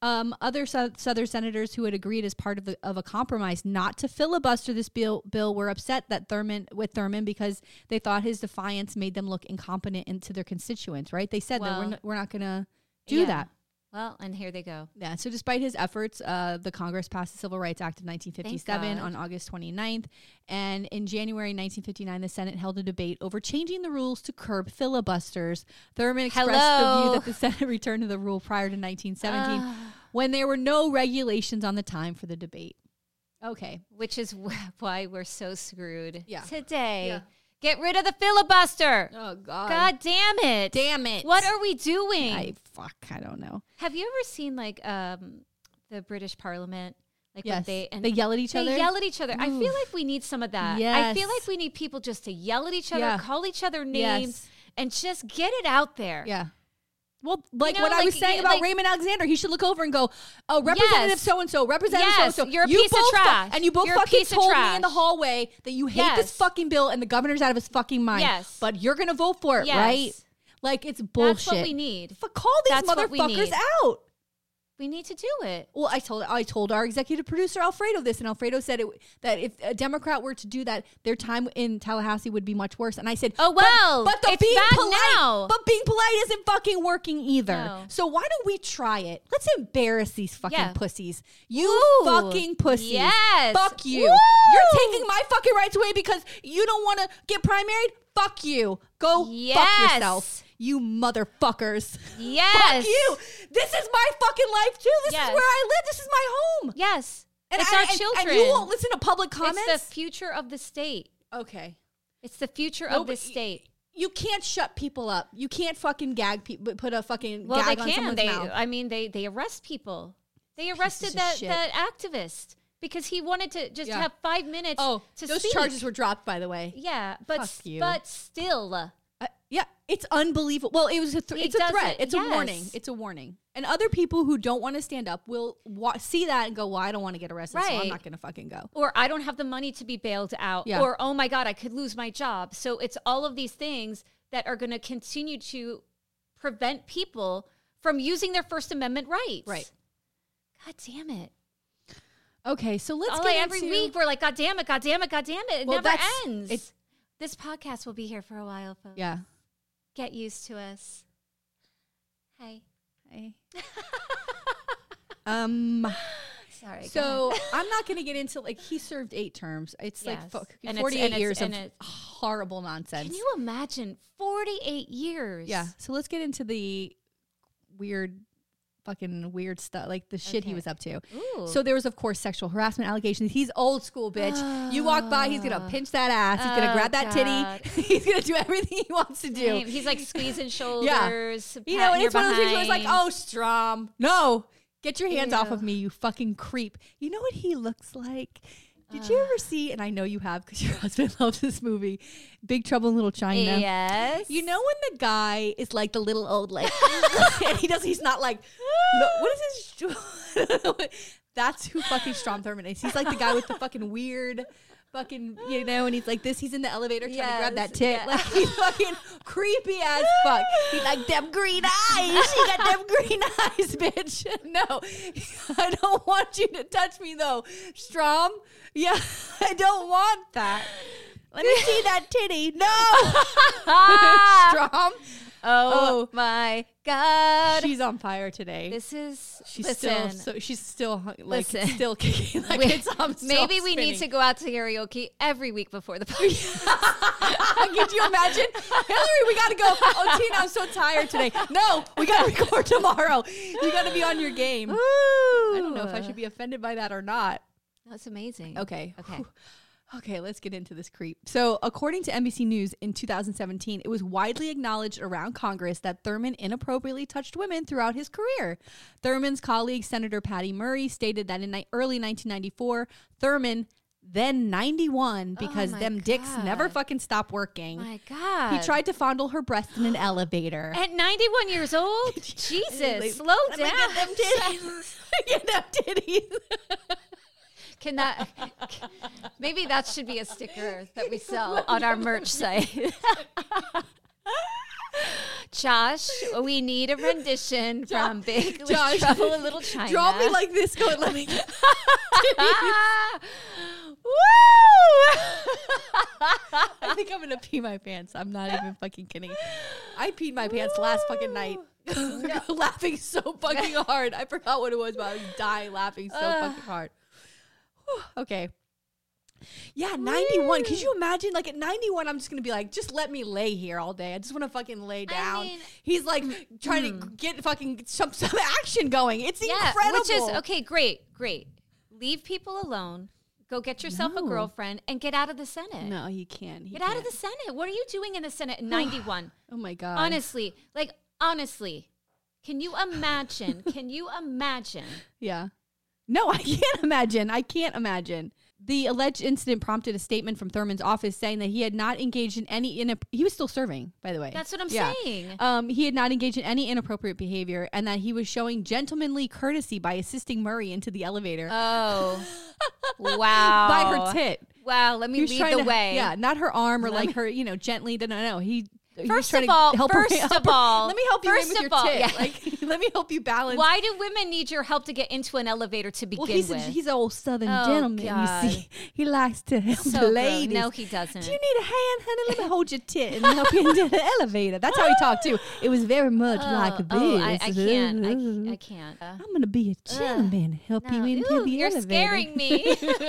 S2: Um, other sou- Southern senators who had agreed as part of the, of a compromise not to filibuster this bill bill were upset that Thurman with Thurman because they thought his defiance made them look incompetent into their constituents. Right? They said that we're,
S1: Well,
S2: n- we're not going to do
S1: Yeah.
S2: that.
S1: Well, and here they go.
S2: Yeah. So despite his efforts, uh, the Congress passed the Civil Rights Act of 1957
S1: God.
S2: on August 29th, and in January 1959, the Senate held a debate over changing the rules to curb filibusters. Thurman expressed the view
S1: Hello. Ah.
S2: that the Senate returned to the rule prior to 1917 when there were no regulations on the time for the debate. Okay.
S1: Which is wh- why we're so screwed
S2: Yeah.
S1: today.
S2: Yeah.
S1: Get rid of the filibuster.
S2: Oh God.
S1: God damn it.
S2: damn it.
S1: What are we doing?
S2: I fuck? I don't know.
S1: Have you ever seen like um the British Parliament? Like when
S2: Yes.
S1: they and
S2: they yell at each
S1: they
S2: other.
S1: yell at each other. I feel
S2: Oof.
S1: like we need some of that. I feel
S2: Yes.
S1: like we need people just to yell at each other,
S2: Yeah.
S1: call each other
S2: Yes.
S1: names, and just get it out there.
S2: Yeah. Well, like
S1: know,
S2: what I
S1: like,
S2: was saying
S1: you-
S2: about
S1: like-
S2: Raymond Alexander, he should look over and go, "Oh, Representative
S1: Yes.
S2: so and so, Representative so and
S1: Yes,
S2: so,
S1: you're a piece of trash.
S2: and you both
S1: You're a
S2: fucking
S1: piece of
S2: told me
S1: trash.
S2: in the hallway that you hate this
S1: Yes.
S2: fucking bill, and the governor's out of his fucking mind.
S1: Yes.
S2: but you're gonna vote for it,
S1: Yes.
S2: right? Like it's bullshit.
S1: That's what we need.
S2: F- call these
S1: That's what we
S2: motherfuckers
S1: need.
S2: out.
S1: We need to do it.
S2: Well, I told I told our executive producer Alfredo this, and Alfredo said it, that if a Democrat were to do that, their time in Tallahassee would be much worse. And I said,
S1: Oh,
S2: "But-
S1: well,
S2: but, the
S1: it's
S2: being
S1: bad
S2: polite,
S1: now."
S2: but being polite isn't fucking working either.
S1: No.
S2: So why don't we try it? Let's embarrass these fucking
S1: Yeah.
S2: pussies. You
S1: Ooh,
S2: fucking pussies.
S1: yes.
S2: Fuck you.
S1: Woo!
S2: You're taking my fucking rights away because you don't want to get primaried. Fuck you. Go fuck
S1: Yes.
S2: yourself, you motherfuckers.
S1: Yes.
S2: Fuck you. This is my fucking life too. This is
S1: Yes.
S2: where I live. This is my home.
S1: Yes.
S2: And
S1: it's
S2: I-
S1: our
S2: and-
S1: children.
S2: And you won't listen to public comments.
S1: It's the future of the state.
S2: okay.
S1: It's the future
S2: No,
S1: of the
S2: but y-
S1: state.
S2: You can't shut people up. You can't fucking gag people. Put a fucking
S1: Well,
S2: gag
S1: they uh,
S2: on
S1: can.
S2: someone's
S1: They,
S2: mouth.
S1: I mean, they they arrest people. They arrested
S2: of
S1: that
S2: shit.
S1: that activist because he wanted to just
S2: Yeah.
S1: have five minutes.
S2: Oh,
S1: to
S2: those
S1: speak.
S2: charges were dropped, by the way.
S1: Yeah, but
S2: Fuck
S1: s-
S2: you.
S1: but still, uh,
S2: Uh, yeah, it's unbelievable. Well, it was a th-
S1: He
S2: it's a
S1: does
S2: threat.
S1: it,
S2: It's a warning.
S1: yes.
S2: It's a warning. And other people who don't want to stand up will wa- see that and go, "Well, I don't want to get arrested, so I'm
S1: Right.
S2: not going to fucking go."
S1: or I don't have the money to be bailed out,
S2: Yeah.
S1: or oh my god, I could lose my job. So it's all of these things that are going to continue to prevent people from using their First Amendment rights.
S2: Right.
S1: God damn it.
S2: Okay, so let's
S1: all
S2: get
S1: I, every
S2: into-
S1: week we're like, God damn it, God damn it, God damn it. It
S2: Well,
S1: never
S2: that's-
S1: ends.
S2: it's-
S1: this podcast will be here for a while, folks.
S2: Yeah.
S1: Get used to us. Hey.
S2: Hey. um.
S1: Sorry. go
S2: So
S1: ahead.
S2: I'm not going to get into like he served eight terms. It's like
S1: Yes.
S2: fuck,
S1: And it's-
S2: 48
S1: and it's-
S2: years
S1: and
S2: of
S1: it's-
S2: horrible nonsense.
S1: can you imagine 48 years?
S2: yeah. So let's get into the weird, fucking weird stuff, like the shit he
S1: Okay.
S2: was up to.
S1: Ooh.
S2: So there was, of course, sexual harassment allegations. He's old school, bitch. you walk by, he's gonna pinch that ass. He's gonna
S1: Ah. Oh,
S2: grab that
S1: God.
S2: titty. he's gonna do everything he wants to do.
S1: Damn, he's like squeezing shoulders.
S2: You know, and
S1: patting
S2: it's
S1: your
S2: one of those things where it's like,
S1: behind.
S2: oh, Strom, no, get your hands off
S1: Ew.
S2: of me, you fucking creep. You know what he looks like? Did you ever see, and I know you have because your husband loves this movie, Big Trouble in Little China?
S1: yes.
S2: oh, You know when the guy is like the little old like, and he does, he's not like, look, what is this? That's who fucking Strom Thurmond is. He's like the guy with the fucking weird, fucking you know, and he's like this. He's in the elevator trying to grab
S1: Yes,
S2: that tit,
S1: yeah.
S2: like he's fucking creepy as fuck. He's like them green eyes. She got them green eyes, bitch. No, I don't want you to touch me though, Strom. Yeah, I don't want that. Let me see that titty. No. Strom.
S1: oh,
S2: Oh.
S1: my God.
S2: She's on fire today.
S1: this is.
S2: she's
S1: listen,
S2: still so she's still hung- like
S1: Listen.
S2: it's still kicking like
S1: we-
S2: it's I'm still
S1: maybe we need to
S2: spinning.
S1: go out to karaoke every week before the podcast.
S2: Could you imagine? Hillary, we gotta go. Oh Tina, I'm so tired today. No, we gotta record tomorrow. You gotta be on your game. I don't know if I should be offended by that or not.
S1: That's amazing.
S2: Okay.
S1: Okay.
S2: Whew. Okay, let's get into this creep. So, according to NBC News in 2017, it was widely acknowledged around Congress that Thurman inappropriately touched women throughout his career. Thurman's colleague, Senator Patty Murray, stated that in ni- early 1994, Thurman, then 91, because
S1: Oh my
S2: them dicks never
S1: God.
S2: fucking stop working,
S1: My God.
S2: he tried to fondle her breast in an elevator.
S1: At 91 years old?
S2: Like,
S1: Jesus, slow
S2: "Let me
S1: down.
S2: Get them titties. get them titties.
S1: Can that maybe that should be a sticker that we sell on our merch site. Josh, we need a rendition from Big with
S2: Josh,
S1: Trouble in Little China.
S2: Draw me like this. Go. Let me.
S1: Ah! Woo!
S2: I think I'm gonna pee my pants. I'm not even fucking kidding. I peed my pants last fucking night. laughing so fucking hard. I forgot what it was, but I was dying laughing so fucking hard. Whew, okay. Yeah, 91. Could you imagine? Like at 91, I'm just gonna be like, just let me lay here all day. I just wanna fucking lay down.
S1: mean- mm.
S2: He's like trying to get fucking some some action going. It's
S1: yeah,
S2: incredible.
S1: which is okay, great, great. Leave people alone. Go get yourself
S2: No.
S1: a girlfriend and get out of the Senate.
S2: No, you can't. You
S1: Get out of
S2: can't.
S1: the Senate. What are you doing in the Senate in 91?
S2: Oh my god.
S1: honestly, like honestly, can you imagine? can you imagine?
S2: Yeah. No, I can't imagine. I can't imagine. The alleged incident prompted a statement from Thurman's office saying that he had not engaged in any in he was still serving, by the way.
S1: That's what I'm saying.
S2: Um, he had not engaged in any inappropriate behavior and that he was showing gentlemanly courtesy by assisting Murray into the elevator
S1: Oh, wow!
S2: by her tit.
S1: Wow, let me
S2: He was
S1: Oh. lead
S2: trying
S1: the
S2: to-
S1: way.
S2: Yeah, not her arm or like her, you know, gently. No, no, no. He he was
S1: First
S2: trying
S1: of
S2: to
S1: all-
S2: help her-
S1: first
S2: help
S1: of
S2: her-
S1: all-
S2: let me help you in
S1: first
S2: with
S1: of
S2: your
S1: all,
S2: tit.
S1: yeah.
S2: Like, let me help you balance.
S1: Why do women need your help to get into an elevator to begin
S2: Well, he's a,
S1: with?
S2: he's an old Southern
S1: Oh,
S2: gentleman.
S1: God.
S2: You see, he likes to help
S1: So
S2: the
S1: gross.
S2: ladies.
S1: No, he doesn't.
S2: Do you need a hand, honey? Let me hold your tit and help you into the elevator. That's how he talked too. It was very much
S1: oh,
S2: like this.
S1: oh, I, I can't. I, I can't. Uh,
S2: am gonna be a gentleman and help
S1: no.
S2: you into
S1: Ooh,
S2: the
S1: you're
S2: elevator.
S1: scaring me.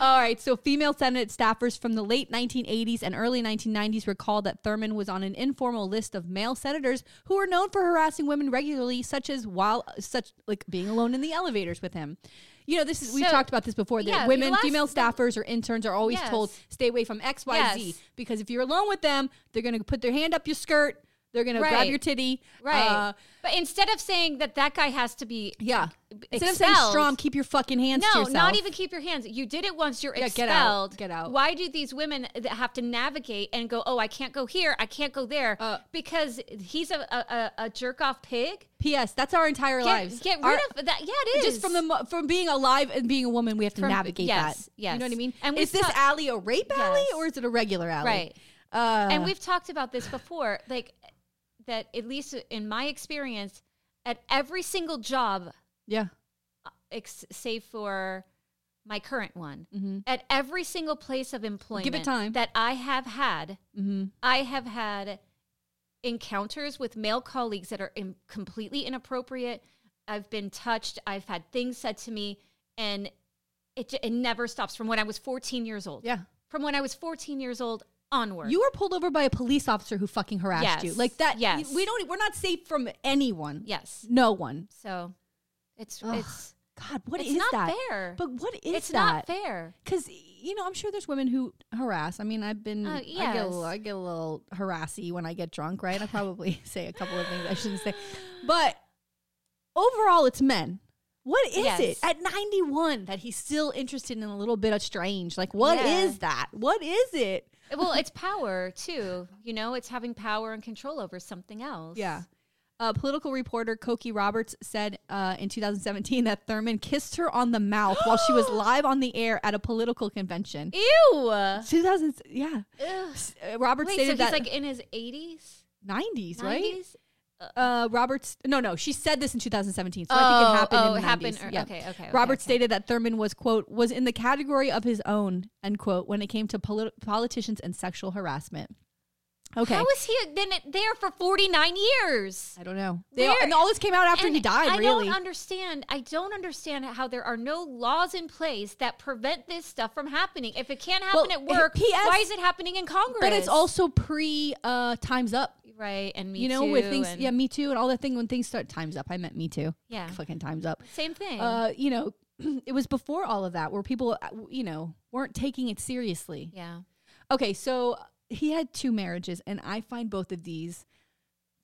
S2: All right, so female Senate staffers from the late 1980s and early 1990s recalled that Thurman was on an informal list of male senators who were known for harassing women regularly, such as while such like being alone in the elevators with him. You know, this is we've
S1: So-
S2: talked about this before. That
S1: yeah, the
S2: women,
S1: last-
S2: female staffers or interns are always
S1: Yes.
S2: told stay away from X, Y, Z
S1: Yes.
S2: because if you're alone with them, they're going to put their hand up your skirt. They're gonna grab
S1: Right.
S2: your titty.
S1: Right.
S2: Uh,
S1: but instead of saying that that guy has to be
S2: yeah. Instead of saying
S1: Expelled.
S2: strong, keep your fucking hands to
S1: no,
S2: yourself.
S1: not even keep your hands. You did it once. You're
S2: Yeah,
S1: expelled.
S2: get out, get out.
S1: Why do these women that have to navigate and go? Oh, I can't go here. I can't go there
S2: Uh,
S1: because he's a a, a, a jerk off pig.
S2: P.S. That's our entire lives.
S1: Get, get rid
S2: Our-
S1: of that. Yeah, it is
S2: just from the mo- from being alive and being a woman, we have to
S1: From-
S2: navigate
S1: yes,
S2: that. you
S1: yes.
S2: know what I mean.
S1: And
S2: And
S1: we
S2: is this
S1: saw-
S2: alley a rape alley
S1: Yes.
S2: or is it a regular alley?
S1: Right.
S2: Uh,
S1: and we've talked about this before like that at least in my experience at every single job
S2: yeah.
S1: ex- save for my current one
S2: Mm-hmm.
S1: at every single place of employment
S2: time.
S1: that i have had
S2: Mm-hmm.
S1: i have had encounters with male colleagues that are in, completely inappropriate i've been touched i've had things said to me and it, j- it never stops from when i was 14 years old
S2: Yeah.
S1: from when i was 14 years old onward
S2: You were pulled over by a police officer who fucking harassed
S1: Yes.
S2: you. Like that.
S1: Yes.
S2: We don't. e, We're not safe from anyone.
S1: yes
S2: No one.
S1: So it's
S2: Ugh,
S1: it's
S2: God, what is
S1: it's not
S2: that?
S1: fair.
S2: But what is
S1: it's
S2: that?
S1: not fair.
S2: Because you know, I'm sure there's women who harass. I mean, I've been.
S1: Oh,
S2: I get a
S1: yes.
S2: little, I get a little harassy when I get drunk, right? I probably say a couple of things I shouldn't say, but overall, it's men. What is
S1: Yes.
S2: it at 91 that he's still interested in a little bit of strange? Like, what is
S1: Yeah.
S2: that? What is it?
S1: Well, it's power too. You know, it's having power and control over something else.
S2: Yeah. Uh, political reporter Cokie Roberts said uh, in 2017 that Thurman kissed her on the mouth while she was live on the air at a political convention.
S1: Ew.
S2: 2000, yeah.
S1: Ugh.
S2: S- uh, Roberts
S1: Wait, so
S2: stated
S1: he's
S2: that
S1: like in his eighties,
S2: 90s, right?
S1: nineties?
S2: Uh, Roberts, no, no, she said this in 2017, so I
S1: Oh,
S2: think it happened in the 90s.
S1: or-
S2: yeah.
S1: Okay, okay. okay,
S2: Roberts
S1: okay.
S2: stated that Thurman was quote was in the category of his own end quote when it came to polit- politicians and sexual harassment. Okay,
S1: How was he then it- there for forty nine years?
S2: I don't know. They,
S1: Where-
S2: and all this came out after
S1: And
S2: he died.
S1: I
S2: really,
S1: don't understand. I don't understand how there are no laws in place that prevent this stuff from happening. If it can't happen
S2: Well,
S1: at work,
S2: PS
S1: why is it happening in Congress?
S2: but it's also pre uh, times up.
S1: right and me
S2: you know,
S1: too,
S2: with things,
S1: and-
S2: yeah, me too, and all that thing when things start times up. I meant me too.
S1: Yeah.
S2: fucking times up.
S1: Same thing.
S2: Uh, you know, it was before all of that where people, uh, you know, weren't taking it seriously.
S1: yeah.
S2: Okay, so he had two marriages, and I find both of these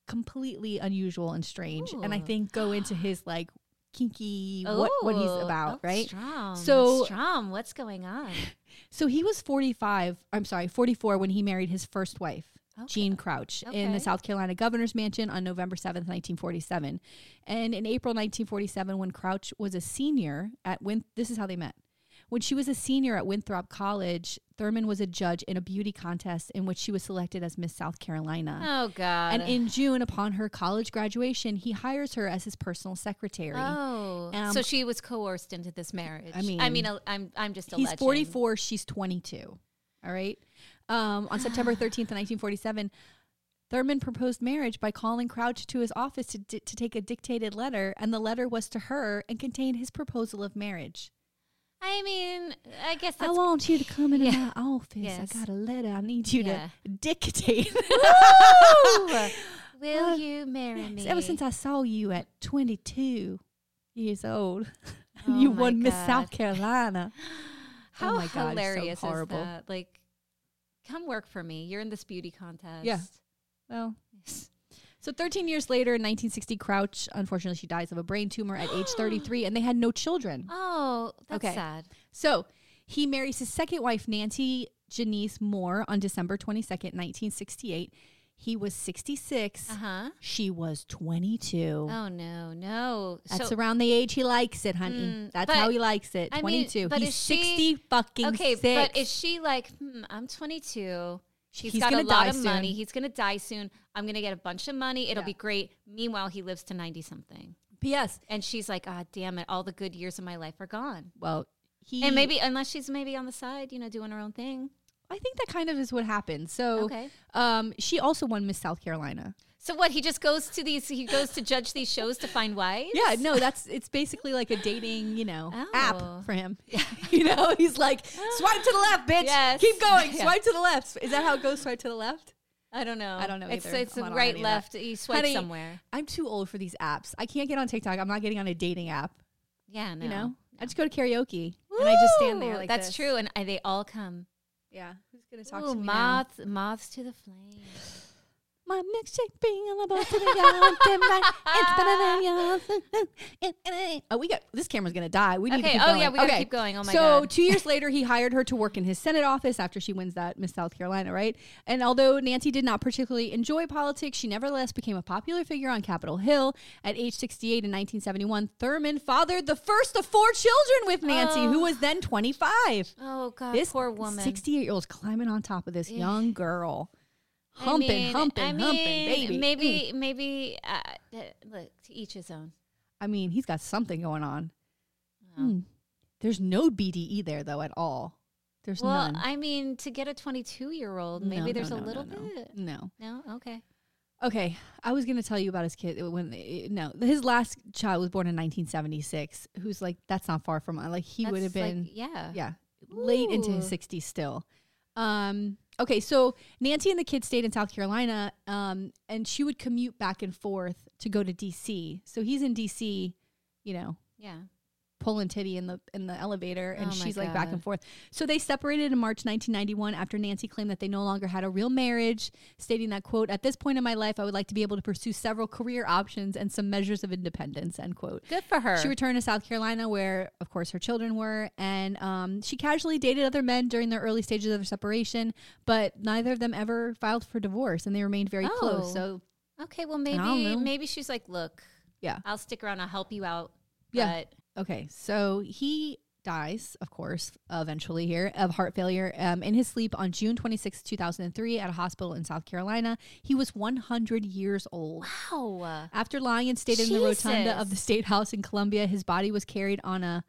S2: completely unusual and strange, and I
S1: Ooh.
S2: think go into his like kinky what what he's
S1: Ooh,
S2: about,
S1: oh,
S2: right?
S1: Strom.
S2: So-
S1: Strom, what's going on?
S2: So he was 45, I'm sorry, 44 when he married his first wife,
S1: Okay.
S2: Jean Crouch, in the
S1: Okay.
S2: South Carolina governor's mansion on November 7th, 1947. And in April 1947, when Crouch was a senior at Win, this is how they met. When she was a senior at Winthrop College, Thurman was a judge in a beauty contest in which she was selected as Miss South Carolina.
S1: Oh God.
S2: And in June, upon her college graduation, he hires her as his personal secretary.
S1: oh,
S2: Um,
S1: so she was coerced into this marriage.
S2: I mean-
S1: I mean, a- I'm I'm just a
S2: He's
S1: legend.
S2: 44, she's 22. All right. Um, on September 13th, 1947, Thurman proposed marriage by calling Crouch to his office to, di- to take a dictated letter, and the letter was to her and contained his proposal of marriage.
S1: I mean, I guess
S2: I
S1: that's
S2: want you to come into
S1: Yeah.
S2: my office.
S1: Yes.
S2: I got a letter. I need you
S1: Yeah.
S2: to dictate.
S1: Will you marry me?
S2: Ever since I saw you at 22 years old,
S1: Oh
S2: you
S1: my
S2: won Miss
S1: God.
S2: South Carolina.
S1: how
S2: my God, it's so
S1: hilarious
S2: horrible.
S1: is that? Like, come work for me. You're in this beauty contest.
S2: Well, so 13 years later in 1960, Crouch, unfortunately, she dies of a brain tumor at age 33, and they had no children.
S1: Oh, that's
S2: Okay.
S1: sad.
S2: So he marries his second wife, Nancy Janice Moore, on December 22nd, 1968. He was 66.
S1: Uh huh.
S2: She was 22.
S1: Oh no, no.
S2: That's
S1: so
S2: around the age he likes it, honey.
S1: Mm,
S2: That's
S1: but-
S2: how he likes it.
S1: I mean,
S2: 22.
S1: but
S2: He's
S1: is she-
S2: 60 fucking
S1: okay,
S2: six.
S1: but is she like, hmm, I'm 22. He's got a
S2: gonna
S1: lot
S2: die
S1: of
S2: soon.
S1: money. He's gonna die soon. I'm gonna get a bunch of money. It'll
S2: Yeah.
S1: be great. Meanwhile, he lives to 90 something,
S2: P.S.
S1: and she's like, "Ah, damn it! All the good years of my life are gone."
S2: Well, he
S1: and maybe unless she's maybe on the side, you know, doing her own thing.
S2: I think that kind of is what happened. So,
S1: Okay.
S2: um, she also won Miss South Carolina.
S1: So what? He just goes to these. He goes to judge these shows to find wives.
S2: Yeah, no, that's it's basically like a dating, you know,
S1: Oh.
S2: app for him. you know, he's like, swipe to the left, bitch.
S1: Yes.
S2: Keep going,
S1: Yeah.
S2: swipe to the left. Is that how it goes? Swipe to the left.
S1: I don't know.
S2: I don't know
S1: It's
S2: either.
S1: it's
S2: I'm
S1: a
S2: not on
S1: right
S2: any of that.
S1: left. You swipe
S2: Honey,
S1: somewhere.
S2: I'm too old for these apps. I can't get on TikTok. I'm not getting on a dating app.
S1: Yeah, no.
S2: You know, I just go to karaoke and I just stand there.
S1: Ooh,
S2: Like
S1: that's
S2: this.
S1: true, and I, they all come.
S2: Yeah. Who's gonna talk
S1: Ooh,
S2: to me now?
S1: moths, moths to the flame.
S2: My milkshake bring all about to the yard. Then my- it's better than yours. Oh, we got this camera's gonna die. We need
S1: Okay,
S2: to keep
S1: oh,
S2: going.
S1: yeah, we gotta keep going. Oh, my
S2: so
S1: God.
S2: two years later, he hired her to work in his Senate office after she wins that Miss South Carolina, right? And although Nancy did not particularly enjoy politics, she nevertheless became a popular figure on Capitol Hill. At age 68 in 1971, Thurman fathered the first of four children with Nancy, who was then 25.
S1: Oh God,
S2: This
S1: poor woman.
S2: 68 year old's climbing on top of this young girl.
S1: I
S2: Humping,
S1: mean-
S2: humping,
S1: I
S2: humping,
S1: mean,
S2: baby. Mm.
S1: Maybe, maybe. Uh, th- look, to each his own.
S2: I mean, he's got something going on. Hmm. There's no BDE there though at all. There's
S1: Well,
S2: none.
S1: I mean, to get a 22 year old, maybe
S2: No,
S1: there's
S2: no,
S1: a
S2: no, no,
S1: little
S2: no.
S1: bit.
S2: No.
S1: No, okay.
S2: Okay, I was gonna tell you about his kid when eh, no, his last child was born in 1976. Who's like that's not far from uh, like he would have
S1: That's like-
S2: been
S1: yeah.
S2: yeah late into his
S1: Ooh.
S2: 60s still. Um, okay, so Nancy and the kids stayed in South Carolina, um, and she would commute back and forth to go to DC. So he's in DC, you know,
S1: yeah.
S2: pulling titty in the in the elevator and
S1: Oh my
S2: she's like back
S1: God.
S2: and forth. So they separated in March 1991 after Nancy claimed that they no longer had a real marriage, stating that quote, "At this point in my life, I would like to be able to pursue several career options and some measures of independence." End quote.
S1: Good for her.
S2: She returned to South Carolina, where, of course, her children were, and um, she casually dated other men during their early stages of their separation, but neither of them ever filed for divorce, and they remained very
S1: Oh.
S2: close. So
S1: okay, well
S2: don't
S1: maybe
S2: know.
S1: maybe she's like, look,
S2: Yeah.
S1: I'll stick around. I'll help you out.
S2: Yeah.
S1: but
S2: Okay, so he dies, of course, eventually here of heart failure um, in his sleep on June 26, 2003, at a hospital in South Carolina. He was 100 years old.
S1: Wow.
S2: After lying and stayed in the rotunda
S1: Jesus.
S2: of the State House in Columbia, his body was carried on a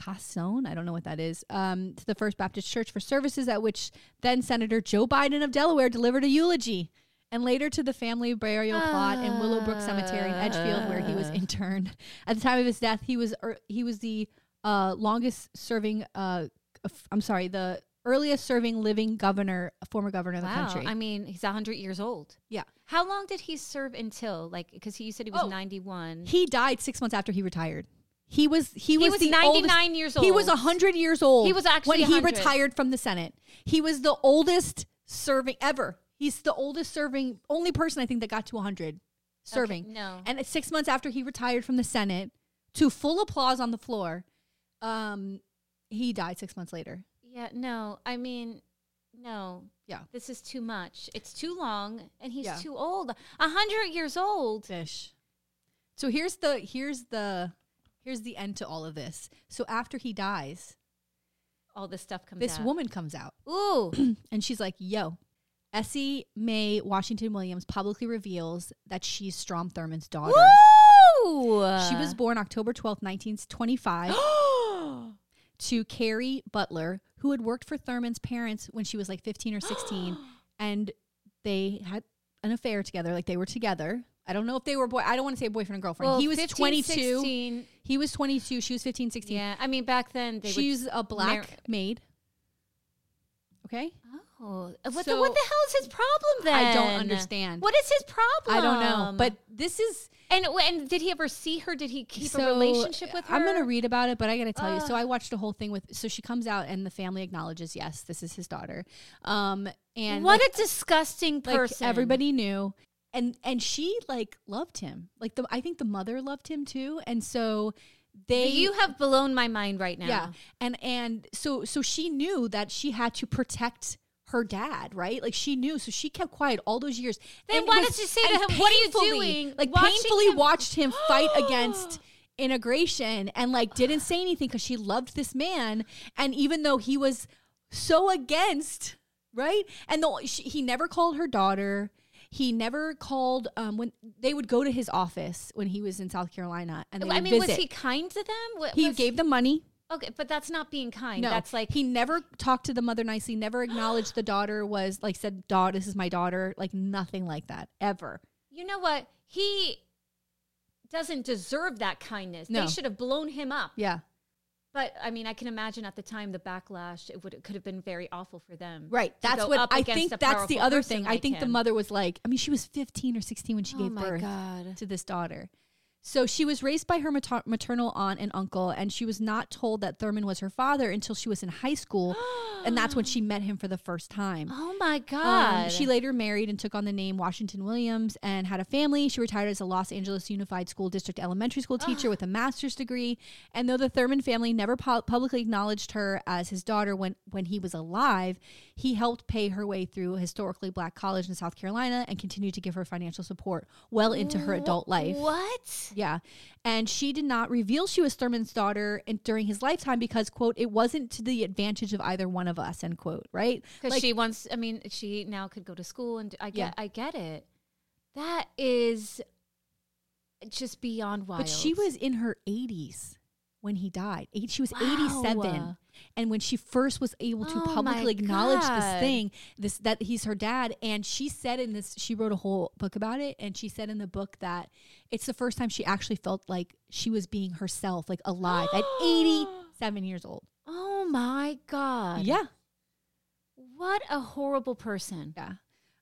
S2: cassone, I don't know what that is, um, to the First Baptist Church for services, at which then Senator Joe Biden of Delaware delivered a eulogy. And later to the family burial plot in Willowbrook Cemetery in Edgefield, where he
S1: Ah.
S2: was interned. At the time of his death, he was er, he was the uh, longest serving. Uh, f- I'm sorry, the earliest serving living governor, former governor of the
S1: Wow.
S2: country.
S1: I mean, he's 100 years old.
S2: yeah,
S1: How long did he serve until? Like, because you said he was
S2: Oh.
S1: 91.
S2: He died six months after he retired. He was he,
S1: He
S2: was,
S1: was
S2: the
S1: 99
S2: oldest-
S1: years
S2: He was
S1: old.
S2: hundred years old.
S1: He was actually
S2: when he
S1: 100.
S2: retired from the Senate. He was the oldest serving ever. He's the oldest serving only person I think that got to hundred serving.
S1: no.
S2: and it's six months after he retired from the Senate, to full applause on the floor, um, he died six months later.
S1: Yeah, no. I mean, no.
S2: Yeah.
S1: This is too much. It's too long, and he's
S2: Yeah.
S1: too old. A hundred years old.
S2: Fish. So here's the here's the here's the end to all of this. So after he dies,
S1: All this stuff comes.
S2: this
S1: out.
S2: woman comes out.
S1: Ooh.
S2: and she's like, "Yo, Essie Mae Washington Williams publicly reveals that she's Strom Thurmond's daughter.
S1: Ooh.
S2: She was born October twelfth, nineteen twenty-five, to Carrie Butler, who had worked for Thurmond's parents when she was like fifteen or sixteen, and they had an affair together. Like they were together. I don't know if they were boy. I don't want to say boyfriend and girlfriend.
S1: Well,
S2: he was
S1: 15,
S2: twenty-two.
S1: 16.
S2: He was twenty-two. She was 15, 16.
S1: Yeah, I mean back then they
S2: She's a black
S1: mar-
S2: maid. Okay.
S1: would. Oh, what, the,
S2: So-
S1: what the hell is his problem then?
S2: I don't understand.
S1: What is his problem?
S2: I don't know, but this is
S1: and and did he ever see her? Did he keep
S2: So,
S1: a relationship with her?
S2: I'm gonna read about it, but I gotta tell you. So I watched the whole thing with. So she comes out, and the family acknowledges, yes, this is his daughter. Um, and
S1: What
S2: like,
S1: a disgusting
S2: like,
S1: person.
S2: everybody knew, and and she like loved him. Like the I think the mother loved him too, and so they
S1: You have blown my mind right now.
S2: yeah, and and so so she knew that she had to protect her dad, right? Like she knew, so she kept quiet all those years.
S1: Then
S2: And
S1: why
S2: was-
S1: did she say to
S2: and
S1: him, "What are you
S2: painfully-
S1: doing?
S2: Like
S1: Watching
S2: painfully
S1: him-"
S2: watched him fight against integration and like didn't say anything because she loved this man, and even though he was so against, right? And the, she, he never called her daughter. He never called um, when they would go to his office when he was in South Carolina, and they
S1: I
S2: would
S1: mean, was
S2: visit.
S1: he kind to them? What,
S2: He
S1: was-
S2: gave them money.
S1: Okay, but that's not being kind.
S2: No,
S1: That's like
S2: he never talked to the mother nicely, never acknowledged the daughter was like said, "Daw, this is my daughter," like nothing like that ever.
S1: you know what? He doesn't deserve that kindness.
S2: No.
S1: They should have blown him up.
S2: Yeah,
S1: But I mean, I can imagine at the time the backlash it would it could have been very awful for them.
S2: right.
S1: to
S2: That's
S1: go
S2: what
S1: up
S2: I
S1: against
S2: think.
S1: a
S2: That's the
S1: powerful
S2: other
S1: person
S2: thing. I
S1: like
S2: think the
S1: him.
S2: mother was like, I mean, she was fifteen or sixteen when she
S1: Oh
S2: gave
S1: my
S2: birth
S1: God.
S2: to this daughter. So she was raised by her mater- maternal aunt and uncle, and she was not told that Thurman was her father until she was in high school, and that's when she met him for the first time.
S1: Oh my
S2: Um,
S1: god.
S2: she later married and took on the name Washington Williams and had a family. She retired as a Los Angeles Unified School District elementary school teacher with a master's degree. And though the Thurman family never pu- publicly acknowledged her as his daughter when, when he was alive, he helped pay her way through a historically black college in South Carolina and continued to give her financial support well into her adult life.
S1: What?
S2: Yeah. And she did not reveal she was Thurman's daughter in, during his lifetime because, quote, it wasn't to the advantage of either one of us, end quote, right?
S1: Because
S2: Like-
S1: she wants. I mean, she now could go to school, and I
S2: Yeah.
S1: get. I get it. That is just beyond wild.
S2: But she was in her 80s when he died. Eight, she was
S1: Wow.
S2: 87. And when she first was able to
S1: Oh my
S2: publicly acknowledge
S1: God.
S2: this thing, this that he's her dad, and she said in this, she wrote a whole book about it, and she said in the book that it's the first time she actually felt like she was being herself, like alive at 87 years old.
S1: Oh my god.
S2: Yeah,
S1: What a horrible person.
S2: yeah.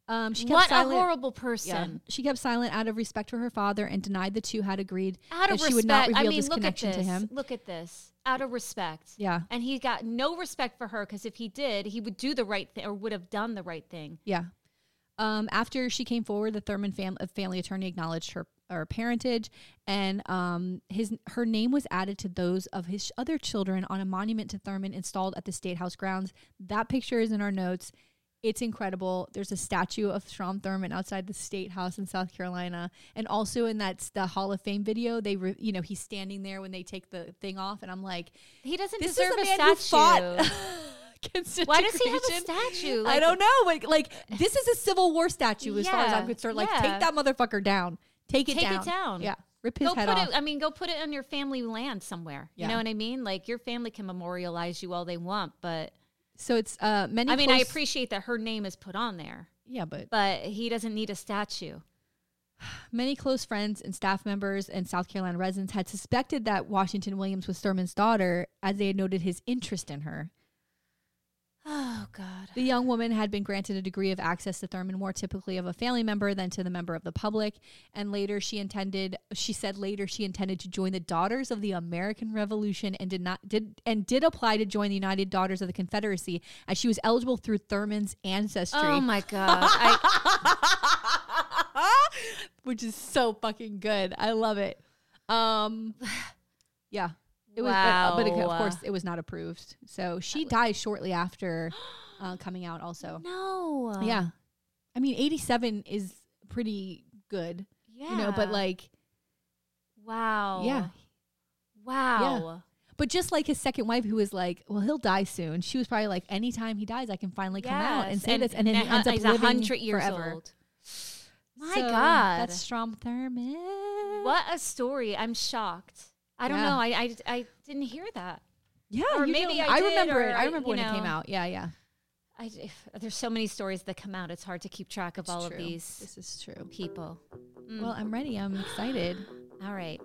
S2: Um, she kept
S1: What a
S2: silent.
S1: horrible
S2: yeah.
S1: person.
S2: She kept silent out of respect for her father and denied the two had agreed
S1: Out of
S2: that
S1: respect.
S2: she would
S1: I
S2: not reveal
S1: mean,
S2: this
S1: look at
S2: connection
S1: this.
S2: to him.
S1: Look at this. Out of respect.
S2: Yeah.
S1: And he got no respect for her because if he did, he would do the right thing or would have done the right thing.
S2: Yeah. Um, after she came forward, the Thurman fam- uh, family attorney acknowledged her, her parentage, and um, his her name was added to those of his other children on a monument to Thurman installed at the State House grounds. That picture is in our notes. It's incredible. There's a statue of Strom Thurman outside the State House in South Carolina, and also in that's the Hall of Fame video. They, re- you know, he's standing there when they take the thing off, and I'm like,
S1: He doesn't
S2: this is
S1: deserve
S2: a man
S1: a
S2: who
S1: statue.
S2: fought. against
S1: Why does he have a
S2: integration.
S1: statue?
S2: I
S1: Like,
S2: don't know. Like, like this is a Civil War statue, as far as I'm
S1: Yeah,
S2: concerned. Like,
S1: yeah.
S2: take that motherfucker down. Take it
S1: Take it
S2: down.
S1: down.
S2: Yeah, rip his
S1: Go put
S2: head off.
S1: it. I mean, go put it on your family land somewhere. You
S2: Yeah.
S1: know what I mean? Like your family can memorialize you all they want, but
S2: so it's uh many.
S1: I mean, I
S2: horse-
S1: appreciate that her name is put on there,
S2: Yeah, but
S1: but he doesn't need a statue.
S2: many close friends and staff members and South Carolina residents had suspected that Washington Williams was Thurman's daughter, as they had noted his interest in her.
S1: Oh God.
S2: The young woman had been granted a degree of access to Thurman more typically of a family member than to the member of the public. And later she intended she said later she intended to join the Daughters of the American Revolution and did not did and did apply to join the United Daughters of the Confederacy as she was eligible through Thurman's ancestry.
S1: Oh my God. I,
S2: which is so fucking good. I love it. Um yeah. It was but, but of
S1: Wow.
S2: course it was not approved. So she died shortly after uh, coming out also.
S1: no.
S2: Yeah. Um, I mean, 87 is pretty good,
S1: Yeah.
S2: you know, but like,
S1: wow.
S2: yeah.
S1: Wow.
S2: But just like his second wife, who was like, well, he'll die soon. She was probably like, anytime he dies, I can finally come out and
S1: Yes,
S2: say this. And then he ends up
S1: he's
S2: living
S1: 100 years
S2: forever.
S1: old. My
S2: So,
S1: God.
S2: That's Strom Thurmond.
S1: What a story. I'm shocked. I don't
S2: Yeah.
S1: know. I, I, I didn't hear that.
S2: Yeah,
S1: Or
S2: you
S1: maybe
S2: don't-
S1: I did,
S2: remember it.
S1: or
S2: I
S1: I-
S2: remember
S1: you
S2: when it came
S1: know.
S2: out. Yeah, yeah.
S1: I, if- there's so many stories that come out. It's hard to keep track of
S2: It's
S1: all
S2: true.
S1: of these
S2: This is true.
S1: people. Mm.
S2: Well, I'm ready. I'm excited.
S1: all right.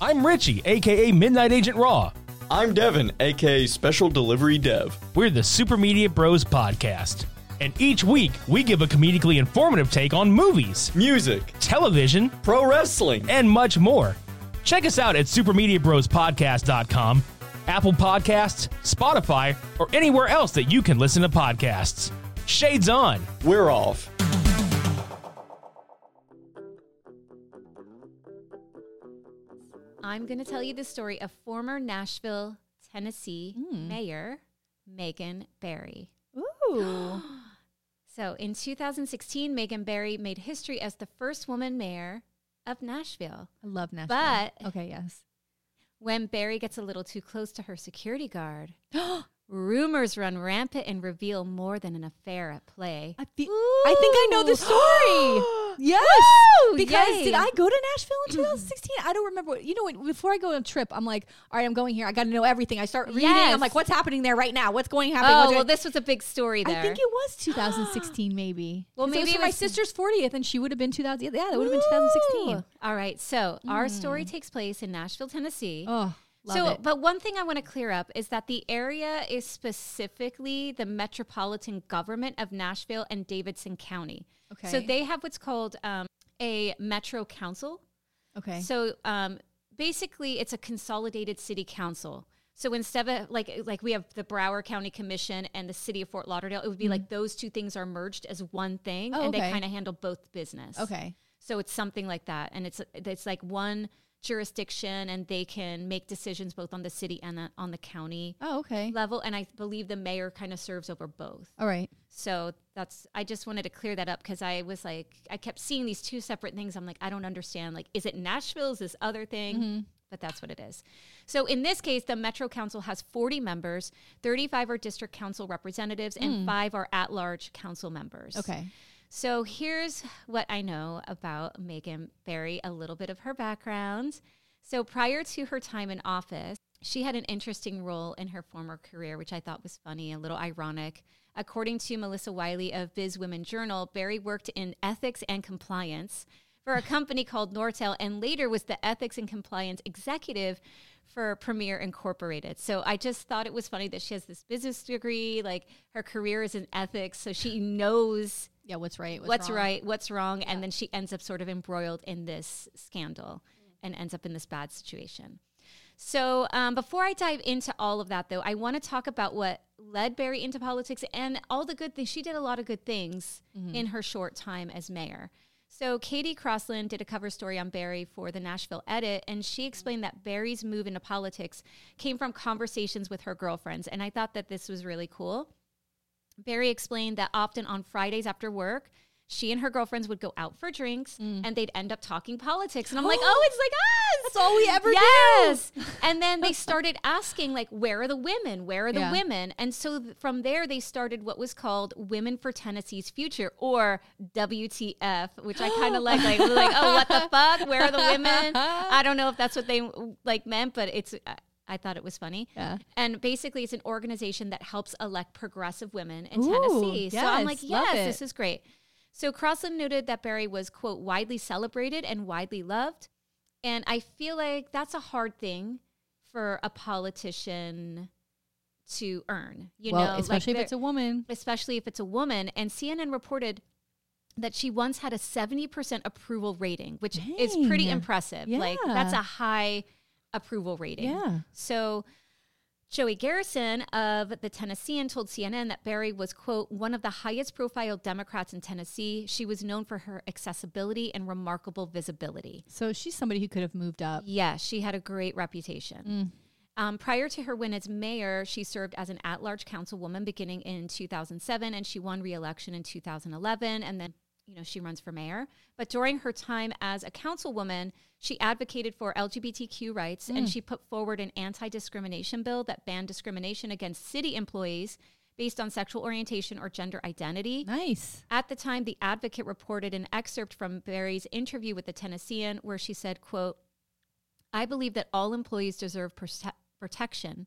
S3: I'm Richie, aka Midnight Agent Raw.
S4: I'm Devin, aka Special Delivery Dev.
S3: We're the Super Media Bros podcast. And each week, we give a comedically informative take on movies,
S4: Music,
S3: television,
S4: pro wrestling,
S3: and much more. Check us out at supermediabrospodcast.com, Apple Podcasts, Spotify, or anywhere else that you can listen to podcasts. Shades on.
S4: we're off.
S1: I'm going to tell you the story of former Nashville, Tennessee
S2: Hmm.
S1: Mayor Megan Barry.
S2: Ooh.
S1: So in 2016, Megan Barry made history as the first woman mayor of Nashville.
S2: I love Nashville.
S1: But-
S2: okay, yes.
S1: When Barry gets a little too close to her security guard, rumors run rampant and reveal more than an affair at play.
S2: I feel. I think I know the
S1: Ooh.
S2: story. yes,
S1: Woo!
S2: because
S1: Yay. Mm.
S2: did I go to Nashville in 2016? I don't remember. What, you know, what, before I go on a trip, I'm like, all right, I'm going here. I got to know everything. I start reading. I'm
S1: Yes.
S2: like, what's happening there right now? What's going happening?
S1: Oh,
S2: What's
S1: well,
S2: going-
S1: this was a big story there.
S2: I think it was 2016, maybe.
S1: Well,
S2: 'Cause
S1: maybe
S2: it was
S1: it
S2: for my
S1: was-
S2: sister's 40th, and she would have been 2000. Yeah, that would have been 2016.
S1: Ooh. All right. So our story takes place in Nashville, Tennessee.
S2: Hmm. Oh, love
S1: so,
S2: it.
S1: but one thing I want to clear up is that the area is specifically the metropolitan government of Nashville and Davidson County. So
S2: Okay.
S1: they have what's called um, a metro council.
S2: Okay.
S1: So um, basically, it's a consolidated city council. So instead of like like we have the Broward County Commission and the City of Fort Lauderdale, it would be like those two things are merged as one thing,
S2: Mm-hmm. Oh,
S1: and
S2: okay.
S1: they kind of handle both business.
S2: okay.
S1: So it's something like that, and it's it's like one jurisdiction, and they can make decisions both on the city and the, on the county
S2: Oh, okay.
S1: level. And I believe the mayor kind of serves over both.
S2: All right.
S1: So that's I just wanted to clear that up because I was like I kept seeing these two separate things. I'm like I don't understand. Like is it Nashville? Is this other thing?
S2: Mm-hmm.
S1: But that's what it is. So in this case, the Metro Council has 40 members. 35 are district council representatives, and five are at-large council members.
S2: Hmm. Okay.
S1: So here's what I know about Megan Barry, a little bit of her background. So prior to her time in office, she had an interesting role in her former career, which I thought was funny, a little ironic. According to Melissa Wiley of Biz Women Journal, Barry worked in ethics and compliance for a company called Nortel and later was the ethics and compliance executive for Premier Incorporated. So I just thought it was funny that she has this business degree, like her career is in ethics, so she knows
S2: Yeah. What's right? What's,
S1: what's
S2: wrong?
S1: right, what's wrong, and then she ends up sort of embroiled in this scandal and ends up in this bad situation. So um, before I dive into all of that, though, I want to talk about what led Barry into politics and all the good things. She did a lot of good things
S2: Mm-hmm.
S1: in her short time as mayor. So Katie Crossland did a cover story on Barry for the Nashville Edit, and
S2: Mm-hmm.
S1: she explained that Barry's move into politics came from conversations with her girlfriends, and I thought that this was really cool. Barry explained that often on Fridays after work, she and her girlfriends would go out for drinks and they'd end up talking politics. And I'm like, oh, it's like us.
S2: Mm. That's all we ever do.
S1: yes. and then they started asking, like, where are the women? Where are the
S2: Yeah.
S1: women? And so th- from there, they started what was called Women for Tennessee's Future or WTF, which I kind of like. Like, we're like, oh, what the fuck? Where are the women? I don't know if that's what they like meant, but it's. I- I thought it was funny.
S2: Yeah.
S1: And basically, it's an organization that helps elect progressive women in
S2: Ooh,
S1: Tennessee. so I'm like,
S2: yes, love
S1: yes, this
S2: it.
S1: is great. So Crossland noted that Barry was, quote, widely celebrated and widely loved. And I feel like that's a hard thing for a politician to earn, you
S2: well,
S1: know, like
S2: especially
S1: there-
S2: if it's a woman.
S1: especially if it's a woman. And CNN reported that she once had a 70% approval rating, which is pretty
S2: Dang.
S1: impressive. Like that's a
S2: Yeah.
S1: high approval rating.
S2: Yeah.
S1: So Joey Garrison of the Tennessean told CNN that Barry was, quote, one of the highest profile Democrats in Tennessee. She was known for her accessibility and remarkable visibility.
S2: So she's somebody who could have moved up.
S1: Yeah, she had a great reputation. Um, prior to her win as mayor, she served as an at large councilwoman beginning in 2007, and she won re election in 2011. And then, you know, she runs for mayor. But during her time as a councilwoman, she advocated for LGBTQ rights and she put forward an anti discrimination bill that banned discrimination against city employees based on sexual orientation or gender identity.
S2: Nice.
S1: At the time, the advocate reported an excerpt from Barry's interview with the Tennessean where she said, quote, I believe that all employees deserve prote- protection,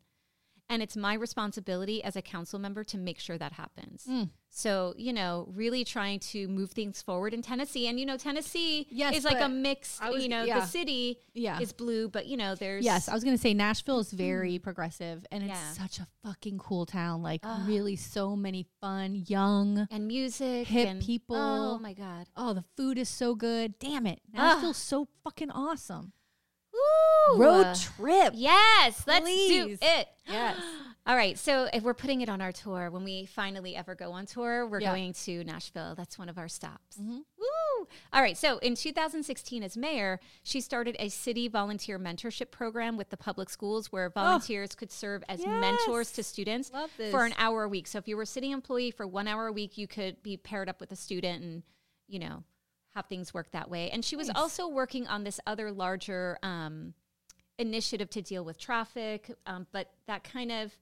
S1: and it's my responsibility as a council member to make sure that happens.
S2: Mm.
S1: So, you know, really trying to move things forward in Tennessee. And, you know, Tennessee
S2: Yes,
S1: is like a
S2: but
S1: mixed,
S2: I was-
S1: you know,
S2: yeah.
S1: the city
S2: Yeah.
S1: is blue, but, you know, there's.
S2: Yes, I was gonna say Nashville is very progressive, and it's
S1: Mm. Yeah.
S2: such a fucking cool town. Like, really, so many fun, young.
S1: and music,
S2: Hip
S1: and,
S2: people.
S1: Oh, my God.
S2: Oh, the food is so good. Damn it, Nashville's so fucking awesome.
S1: Woo!
S2: Road trip.
S1: Yes, let's do
S2: Please.
S1: it.
S2: Yes.
S1: All right. So if we're putting it on our tour, when we finally ever go on tour, we're
S2: Yeah. Mm-hmm.
S1: going to Nashville. That's one of our stops. Woo! All right. So in 2016, as mayor, she started a city volunteer mentorship program with the public schools where volunteers could serve as mentors to
S2: Oh. Yes.
S1: students
S2: Love this.
S1: for an hour a week. So if you were a city employee for one hour a week, you could be paired up with a student and, you know, have things work that way. And she was also working on this other larger um, initiative to deal with traffic, um, but that kind of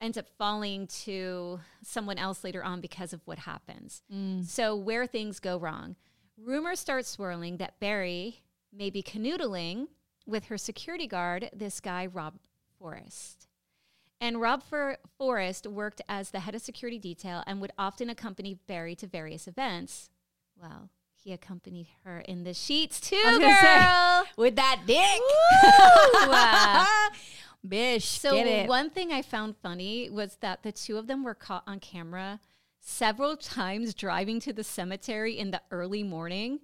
S1: ends up falling to someone else later on because of what happens. So, where things go wrong. Rumors start swirling that Barry may be canoodling with her security guard, this guy, Rob Forrest. And Rob For- Forrest worked as the head of security detail and would often accompany Barry to various events. Well, he accompanied her in the sheets too,
S2: was
S1: girl.
S2: gonna say, With that
S1: Wow.
S2: dick, bitch.
S1: So
S2: get it.
S1: one thing I found funny was that the two of them were caught on camera several times driving to the cemetery in the early morning.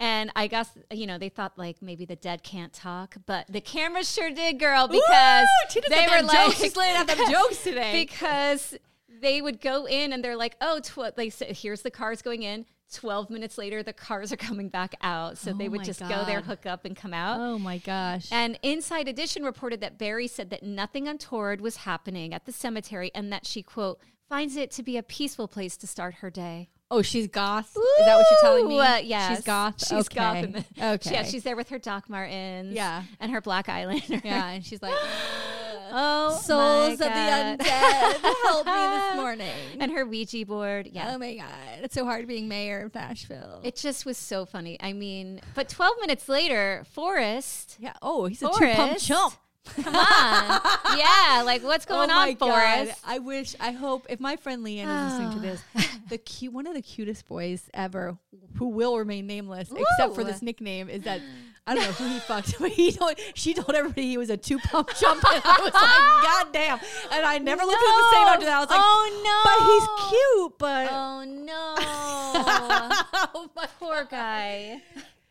S1: And I guess, you know, they thought like maybe the dead can't talk, but the camera sure did, girl, because
S2: Woo! Tina's
S1: they
S2: got
S1: were
S2: them
S1: like,
S2: jokes. She's laying out them jokes today.
S1: Because they would go in and they're like, oh, tw-, they said, here's the cars going in. 12 minutes later, the cars are coming back out. So they
S2: Oh
S1: would
S2: my
S1: just go there,
S2: God.
S1: hook up, and come out.
S2: Oh my gosh.
S1: And Inside Edition reported that Barry said that nothing untoward was happening at the cemetery and that she, quote, finds it to be a peaceful place to start her day.
S2: oh, she's goth. Is that what you're telling me?
S1: Ooh, uh, yes.
S2: She's goth.
S1: She's
S2: okay.
S1: goth. in the-
S2: okay.
S1: Yeah, she's there with her Doc Martens.
S2: Yeah.
S1: And her black eyeliner.
S2: yeah, and she's like
S1: Oh, my
S2: souls of the
S1: God.
S2: undead. Help me this morning.
S1: And her Ouija board. Yeah.
S2: Oh my god, it's so hard being mayor of Nashville.
S1: it just was so funny. I mean, but 12 minutes later, Forrest.
S2: yeah. Oh, he's a two pump
S1: Forrest.
S2: chump.
S1: Come on. yeah. Like, what's going
S2: oh my
S1: on, Forrest? Ah.
S2: God. I wish. I hope if my friend Leanne is listening to this, the cute one of the cutest boys ever, who will remain nameless except for
S1: Ooh.
S2: this nickname, is that I don't know who he fucked, but he told she told everybody he was a two pump jump, and I was like, God damn! And I never looked at him the same after that. I was like,
S1: Oh,
S2: But he's cute, but
S1: Oh no.
S2: oh my
S1: Poor guy.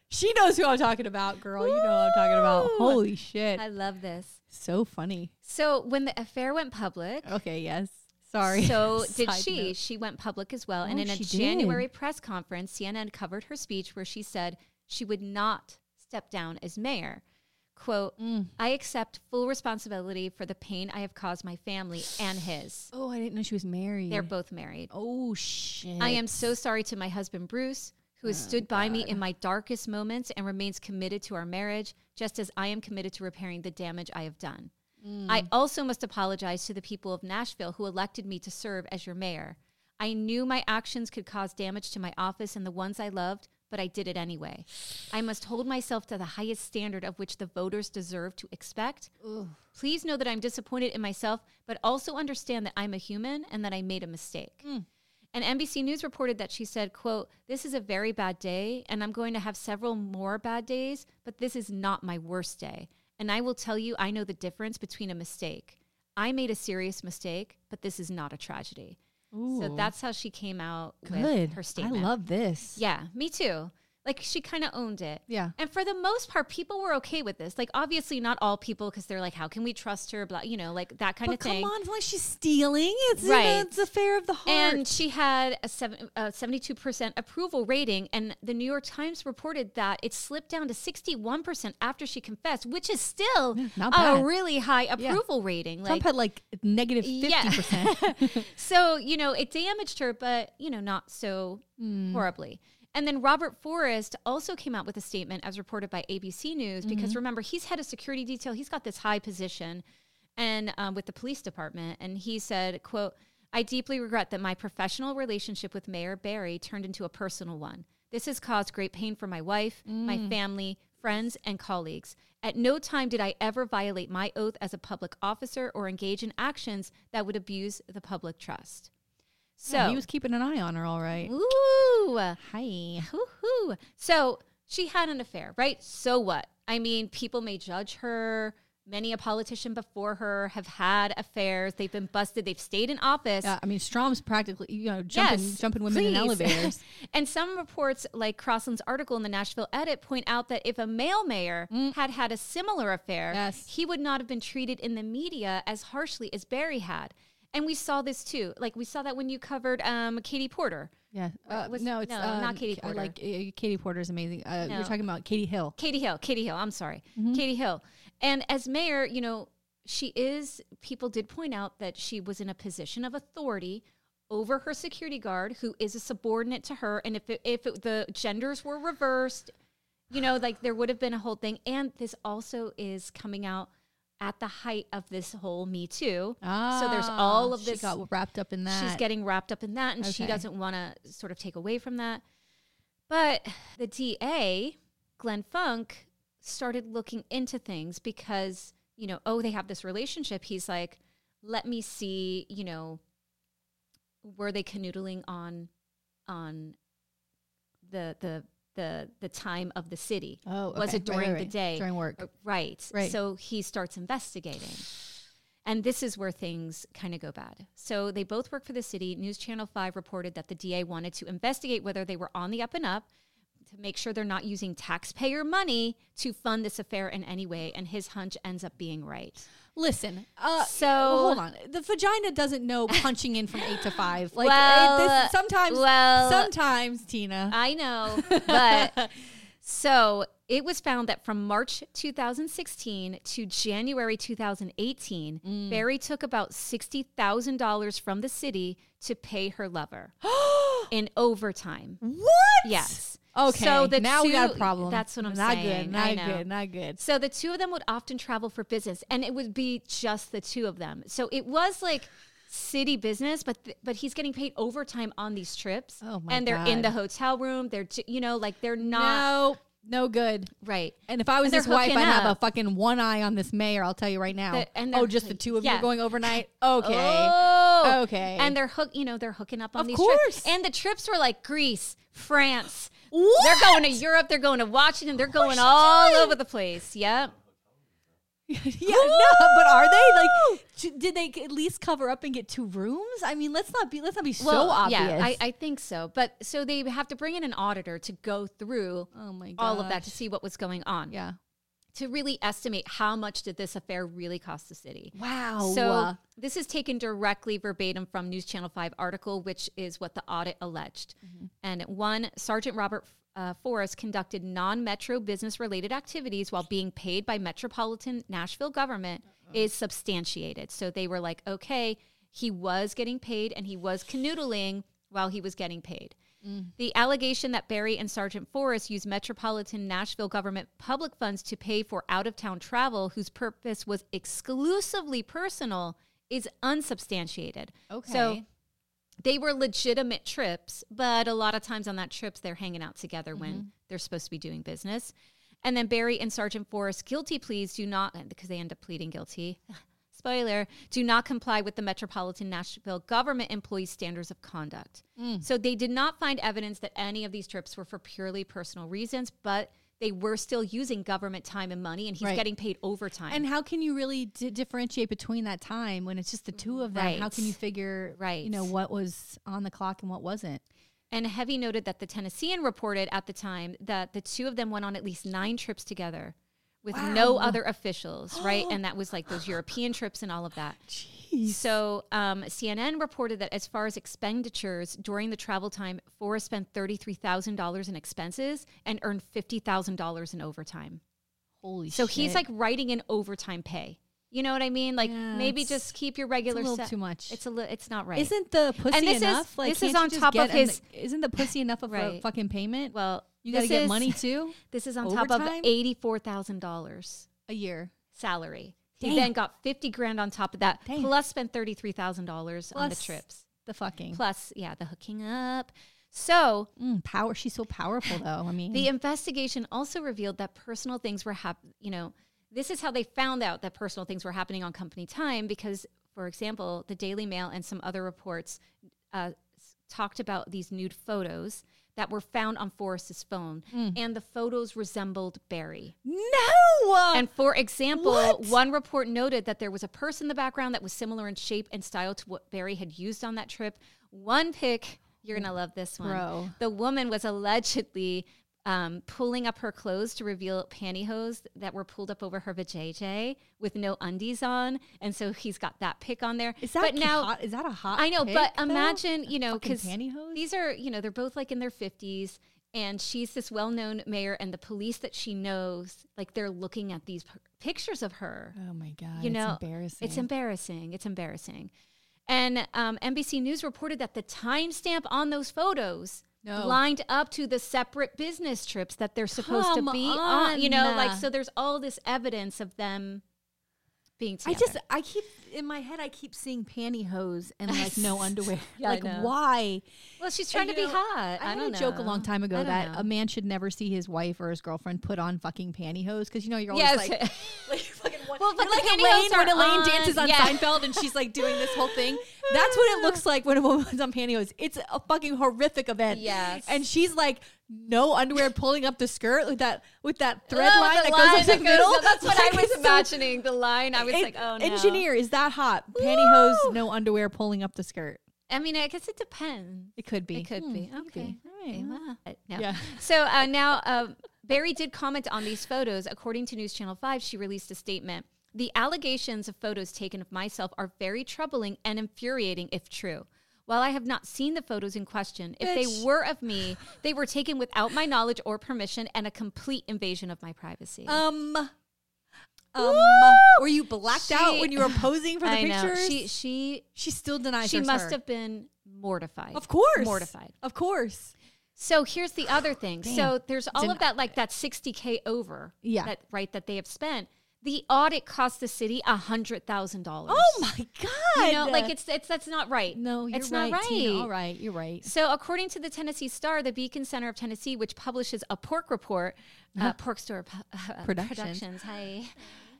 S2: She knows who I'm talking about, girl. You know who I'm talking about.
S1: Woo!
S2: Holy shit.
S1: I love this.
S2: so funny.
S1: So when the affair went public,
S2: Okay, yes. Oh, Sorry.
S1: so did
S2: Side
S1: she.
S2: note.
S1: She went public as well.
S2: Oh,
S1: and in a
S2: she
S1: January press conference, CNN covered her speech where she said she would not step down as mayor. Quote,
S2: Mm.
S1: I accept full responsibility for the pain I have caused my family and his.
S2: Oh, I didn't know she was married.
S1: They're both married.
S2: Oh shit.
S1: I am so sorry to my husband, Bruce, who has stood by me in my darkest moments and remains committed to our marriage, just as I am committed to repairing the damage I have done. I also must apologize to the people of Nashville who elected me to serve as your mayor. I knew my actions could cause damage to my office and the ones I loved, but I did it anyway. I must hold myself to the highest standard of which the voters deserve to expect. Please know that I'm disappointed in myself, but also understand that I'm a human and that I made a mistake.
S2: Mm.
S1: And NBC News reported that she said, quote, this is a very bad day and I'm going to have several more bad days, but this is not my worst day. And I will tell you, I know the difference between a mistake. I made a serious mistake, but this is not a tragedy. So
S2: Ooh.
S1: that's how she came out
S2: good.
S1: with her statement.
S2: I love this.
S1: Yeah, me too. Like she kind of owned it.
S2: Yeah.
S1: And for the most part, people were okay with this. Like obviously not all people because they're like, how can we trust her? Blah, you know, like that kind of
S2: But
S1: thing.
S2: come on, it's not like she's stealing. It's an-
S1: Right.
S2: it's a fair of the heart.
S1: And she had a seven, uh, 72% approval rating. And the New York Times reported that it slipped down to 61% after she confessed, which is still
S2: not
S1: a
S2: bad.
S1: really high approval rating. Like,
S2: Trump had like negative fifty
S1: Yeah.
S2: percent.
S1: so, you know, it damaged her, but, you know, not so
S2: Mm.
S1: horribly. And then Robert Forrest also came out with a statement as reported by ABC News, because
S2: Mm-hmm.
S1: remember, he's head of security detail. He's got this high position and um, with the police department. And he said, quote, I deeply regret that my professional relationship with Mayor Barry turned into a personal one. This has caused great pain for my wife, my
S2: Mm.
S1: family, friends, and colleagues. At no time did I ever violate my oath as a public officer or engage in actions that would abuse the public trust. So
S2: he was keeping an eye on her, all right.
S1: Ooh.
S2: Hi.
S1: Hoo-hoo. So she had an affair, right? So what? I mean, people may judge her. Many a politician before her have had affairs. They've been busted. They've stayed in office.
S2: Yeah, I mean Strom's practically you know jumping
S1: Yes,
S2: jumping women in
S1: please.
S2: elevators.
S1: and some reports, like Crossland's article in the Nashville Edit, point out that if a male mayor had had a similar affair,
S2: Mm. Yes.
S1: he would not have been treated in the media as harshly as Barry had. And we saw this too. Like we saw that when you covered um, Katie Porter.
S2: Yeah. Uh,
S1: was-
S2: no, it's
S1: no,
S2: um,
S1: not Katie
S2: K- I
S1: Porter.
S2: like uh, Katie Porter's amazing. Uh,
S1: No.
S2: You're talking about Katie Hill.
S1: Katie Hill, Katie Hill, I'm sorry.
S2: Mm-hmm.
S1: Katie Hill. And as mayor, you know, she is, people did point out that she was in a position of authority over her security guard who is a subordinate to her. And if, it, if it, the genders were reversed, you know, like there would have been a whole thing. And this also is coming out at the height of this whole Me Too. so there's all of this.
S2: Ah, She got wrapped up in that.
S1: She's getting wrapped up in that, and she
S2: Okay.
S1: doesn't want to sort of take away from that. But the DA, Glenn Funk, started looking into things because, you know, oh, they have this relationship. He's like, let me see, you know, were they canoodling on on the the the the time of the city?
S2: Oh,
S1: was
S2: okay.
S1: it
S2: Right,
S1: during
S2: right,
S1: the
S2: right.
S1: day?
S2: During work.
S1: Uh, Right.
S2: Right.
S1: So he starts investigating. And this is where things kind of go bad. So they both work for the city. News Channel 5 reported that the DA wanted to investigate whether they were on the up and up. to make sure they're not using taxpayer money to fund this affair in any way. And his hunch ends up being right.
S2: Listen, uh,
S1: So-
S2: hold on. The vagina doesn't know punching in from eight to five. Like
S1: Well,
S2: it- this, sometimes,
S1: well- uh,
S2: sometimes Tina.
S1: I know, but so it was found that from March 2016 to January 2018, Barry took about $60,000 from the city to pay her lover in overtime.
S2: what?
S1: Yes.
S2: Okay.
S1: So the
S2: now we got a
S1: two-
S2: problem.
S1: That's what I'm
S2: not
S1: saying.
S2: Good,
S1: I
S2: not
S1: know.
S2: good. Not good.
S1: So the two of them would often travel for business, and it would be just the two of them. So it was like city business, but th- but he's getting paid overtime on these trips.
S2: Oh my
S1: And they're in
S2: God.
S1: the hotel room. They're j- you know like they're not
S2: No, no good.
S1: right.
S2: And if I
S1: And
S2: was
S1: they're
S2: his wife,
S1: hooking
S2: I'd have a
S1: up.
S2: fucking one eye on this mayor. I'll tell you right now.
S1: The- and
S2: oh,
S1: they're-
S2: just the two of you
S1: yeah.
S2: going overnight. Okay.
S1: Oh,
S2: Okay.
S1: And they're hook, you know, they're hooking up on
S2: Of
S1: these
S2: course.
S1: trips, and the trips were like Greece, France.
S2: What?
S1: They're going to Europe. They're going to Washington. They're going
S2: she
S1: all
S2: doing?
S1: over the place. Yep.
S2: yeah, no, but are they like? t- Did they at least cover up and get two rooms? I mean, let's not be let's not be so obvious.
S1: Yeah, I, I think so. But so they have to bring in an auditor to go through
S2: oh my god,
S1: all of that to see what was going on.
S2: Yeah.
S1: To really estimate how much did this affair really cost the city.
S2: Wow.
S1: So this is taken directly verbatim from News Channel 5 article, which is what the audit alleged. And one, Sergeant Robert uh, Forrest conducted non-metro business-related activities while being paid by metropolitan Nashville government is substantiated. So they were like, okay, he was getting paid and he was canoodling while he was getting paid. The allegation that Barry and Sergeant Forrest used metropolitan Nashville government public funds to pay for out of town travel, whose purpose was exclusively personal, is unsubstantiated.
S2: okay.
S1: So they were legitimate trips, but a lot of times on that trips they're hanging out together
S2: Mm-hmm.
S1: when they're supposed to be doing business. And then Barry and Sergeant Forrest guilty pleas do not because they end up pleading guilty. Spoiler, do not comply with the Metropolitan Nashville government employee standards of conduct.
S2: Mm.
S1: So they did not find evidence that any of these trips were for purely personal reasons, but they were still using government time and money and he's
S2: Right.
S1: getting paid overtime.
S2: and how can you really di differentiate between that time when it's just the two of them? How
S1: Right.
S2: can you figure,
S1: Right.
S2: You know what was on the clock and what wasn't?
S1: And Heavy noted that the Tennessean reported at the time that the two of them went on at least nine trips together with no other officials, right? and that was like those European trips and all of that. So um, CNN reported that as far as expenditures during the travel time, Forrest spent $33,000 in expenses and earned $50,000 in overtime.
S2: Holy
S1: So
S2: shit!
S1: he's like writing in overtime pay. You know what I mean? Like
S2: Yeah,
S1: maybe
S2: it's-
S1: just keep your regular
S2: little
S1: set-
S2: too much.
S1: It's a li- it's not right.
S2: Isn't the pussy
S1: this is-
S2: enough?
S1: this
S2: can't
S1: is
S2: you
S1: on
S2: just
S1: top
S2: get
S1: of
S2: an-
S1: his-
S2: isn't the pussy enough of a
S1: Right.
S2: fucking payment?
S1: well,
S2: you gotta
S1: this
S2: get
S1: is-
S2: money too
S1: This is on top of
S2: Overtime?
S1: eighty-four thousand dollars
S2: a year.
S1: salary.
S2: Damn.
S1: He then got fifty grand on top of that,
S2: Damn.
S1: plus spent thirty-three thousand dollars on the
S2: Plus-
S1: trips,
S2: The fucking
S1: plus yeah, the hooking up. So
S2: Mm, power. She's so powerful, though. I mean,
S1: the investigation also revealed that personal things were hap- You know, this is how they found out that personal things were happening on company time because, for example, the Daily Mail and some other reports uh, s- talked about these nude photos that were found on Forrest's phone,
S2: Mm.
S1: and the photos resembled Barry.
S2: no.
S1: And for example,
S2: What?
S1: one report noted that there was a purse in the background that was similar in shape and style to what Barry had used on that trip. One pic, you're gonna love this one.
S2: Bro.
S1: The woman was allegedly um, pulling up her clothes to reveal pantyhose that were pulled up over her vajayjay with no undies on, and so he's got that pic on there.
S2: is that
S1: but now?
S2: hot? Is that a hot?
S1: I know,
S2: pick,
S1: but
S2: though?
S1: imagine, you know,
S2: Fucking
S1: because
S2: pantyhose?
S1: these are, you know, they're both like in their 50s, and she's this well known mayor, and the police that she knows, like they're looking at these p- pictures of her.
S2: Oh my god!
S1: you know,
S2: it's embarrassing.
S1: It's embarrassing. It's embarrassing. And um, NBC News reported that the timestamp on those photos
S2: No.
S1: lined up to the separate business trips that they're supposed
S2: Come
S1: to be on. You know, like,
S2: on.
S1: so there's all this evidence of them being
S2: I
S1: together.
S2: just, I keep in my head, I keep seeing pantyhose and like no underwear.
S1: Yeah, I
S2: like
S1: know.
S2: why?
S1: well, she's trying
S2: you
S1: to be
S2: know,
S1: hot. I,
S2: I, had
S1: don't
S2: a joke a
S1: know.
S2: long time
S1: I
S2: ago
S1: don't
S2: that
S1: know.
S2: a man should never see his wife or his girlfriend put on fucking pantyhose because you know you're always
S1: Yes.
S2: like, like you're fucking one-
S1: Well, but
S2: you're
S1: the
S2: like Elaine
S1: pantyhose
S2: when
S1: are
S2: Elaine
S1: on,
S2: dances on
S1: yeah.
S2: Seinfeld and she's like doing this whole thing. That's what it looks like when a woman's on pantyhose. It's a fucking horrific event.
S1: Yes.
S2: and she's like no underwear, pulling up the skirt with that with that thread
S1: Oh,
S2: line
S1: the
S2: that
S1: line
S2: goes
S1: that
S2: up the
S1: goes
S2: middle.
S1: up. That's what
S2: Like,
S1: I
S2: it's
S1: was
S2: so-
S1: imagining. The line. I was
S2: en-
S1: like, oh no.
S2: Engineer, is that hot? Pantyhose,
S1: Woo!
S2: no underwear, pulling up the skirt.
S1: I mean, I guess it depends.
S2: It could be.
S1: It Hmm, could be. Okay. All
S2: right.
S1: No.
S2: Yeah.
S1: So uh, now uh, Barry did comment on these photos. According to News Channel 5, she released a statement. The allegations of photos taken of myself are very troubling and infuriating if true. While I have not seen the photos in question, if
S2: Bitch.
S1: they were of me, they were taken without my knowledge or permission and a complete invasion of my privacy.
S2: Um. Um. Were you blacked out
S1: She-
S2: when you were posing for the
S1: I know.
S2: pictures?
S1: She she
S2: She still denies.
S1: she
S2: hers
S1: must
S2: her.
S1: have been mortified.
S2: Of course.
S1: Mortified.
S2: Of course.
S1: So here's the other thing. So there's all
S2: Didn't-
S1: of that, like that 60k over,
S2: Yeah.
S1: that, right, that they have spent. The audit cost the city a hundred thousand dollars.
S2: Oh my god.
S1: You know, like it's it's that's not right.
S2: no, you're
S1: it's
S2: right.
S1: not right.
S2: Tina. All right, you're right.
S1: So according to the Tennessee Star, the Beacon Center of Tennessee, which publishes a pork report, uh, pork store pu- uh,
S2: Uh-huh. Productions.
S1: productions. Hi.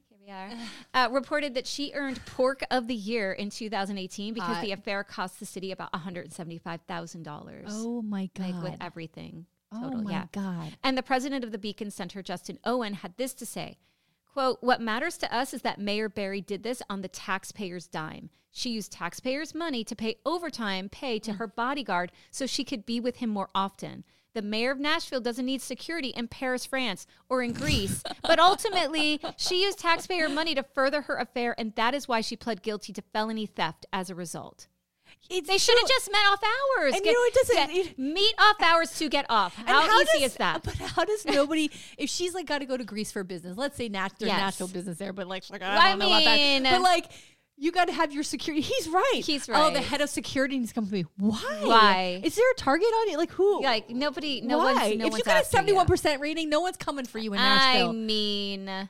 S1: Here we are. Uh, reported that she earned Pork of the Year in 2018 because
S2: Hot.
S1: the affair cost the city about $175,000
S2: Oh my god.
S1: like with everything.
S2: oh
S1: Total,
S2: my
S1: yeah.
S2: god.
S1: And the president of the Beacon Center, Justin Owen, had this to say. Quote, what matters to us is that Mayor Barry did this on the taxpayer's dime. She used taxpayers' money to pay overtime pay
S2: Mm.
S1: to her bodyguard so she could be with him more often. The mayor of Nashville doesn't need security in Paris, France, or in Greece, but ultimately, she used taxpayer money to further her affair, and that is why she pled guilty to felony theft as a result.
S2: It's
S1: They should have just met off hours.
S2: And you know, it doesn't-
S1: get-
S2: it-
S1: meet off hours to get off.
S2: And
S1: How, easy
S2: does-
S1: is that?
S2: But how does nobody? if she's like got to go to Greece for business, let's say nat- there's
S1: Yes.
S2: national business there, but like, like, I don't
S1: I
S2: know about that.
S1: mean-
S2: But like, you got to have your security. He's right.
S1: He's
S2: Oh, the
S1: right.
S2: head of security needs to come to me. Why?
S1: Why?
S2: Is there a target on you? Like who?
S1: Like nobody, no
S2: Why?
S1: one's. No
S2: if
S1: one's
S2: you got a
S1: after you.
S2: seventy-one percent rating, no one's coming for you in
S1: I
S2: Nashville.
S1: mean,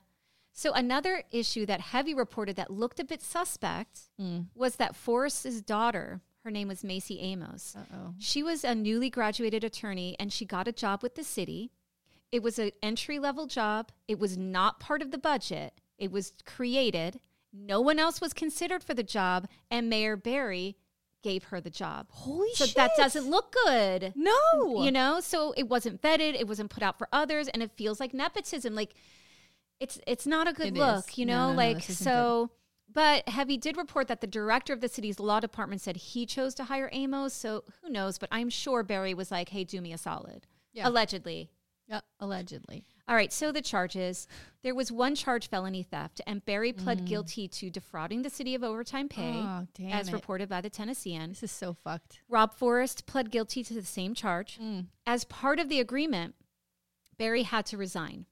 S1: so another issue that Heavy reported that looked a bit suspect
S2: Hmm.
S1: was that Forrest's daughter, her name was Macy Amos.
S2: oh.
S1: She was a newly graduated attorney and she got a job with the city. It was an entry level job, it was not part of the budget, it was created. No one else was considered for the job, and Mayor Barry gave her the job.
S2: Holy
S1: so
S2: shit!
S1: that doesn't look good.
S2: No.
S1: You know, so it wasn't vetted, it wasn't put out for others, and it feels like nepotism. Like it's it's not a good
S2: It
S1: look,
S2: is.
S1: you
S2: No,
S1: know?
S2: no, no,
S1: like
S2: this isn't
S1: so but Heavy did report that the director of the city's law department said he chose to hire Amos, so who knows, but I'm sure Barry was like, Hey, do me a solid.
S2: Yeah.
S1: Allegedly.
S2: Yeah, allegedly.
S1: All right, so the charges. There was one charge felony theft, and Barry pled guilty to defrauding the city of overtime pay,
S2: Oh, Mm. damn
S1: as
S2: it.
S1: reported by the Tennessean.
S2: This is so fucked.
S1: Rob Forrest pled guilty to the same charge. As part of the agreement, Barry had to resign.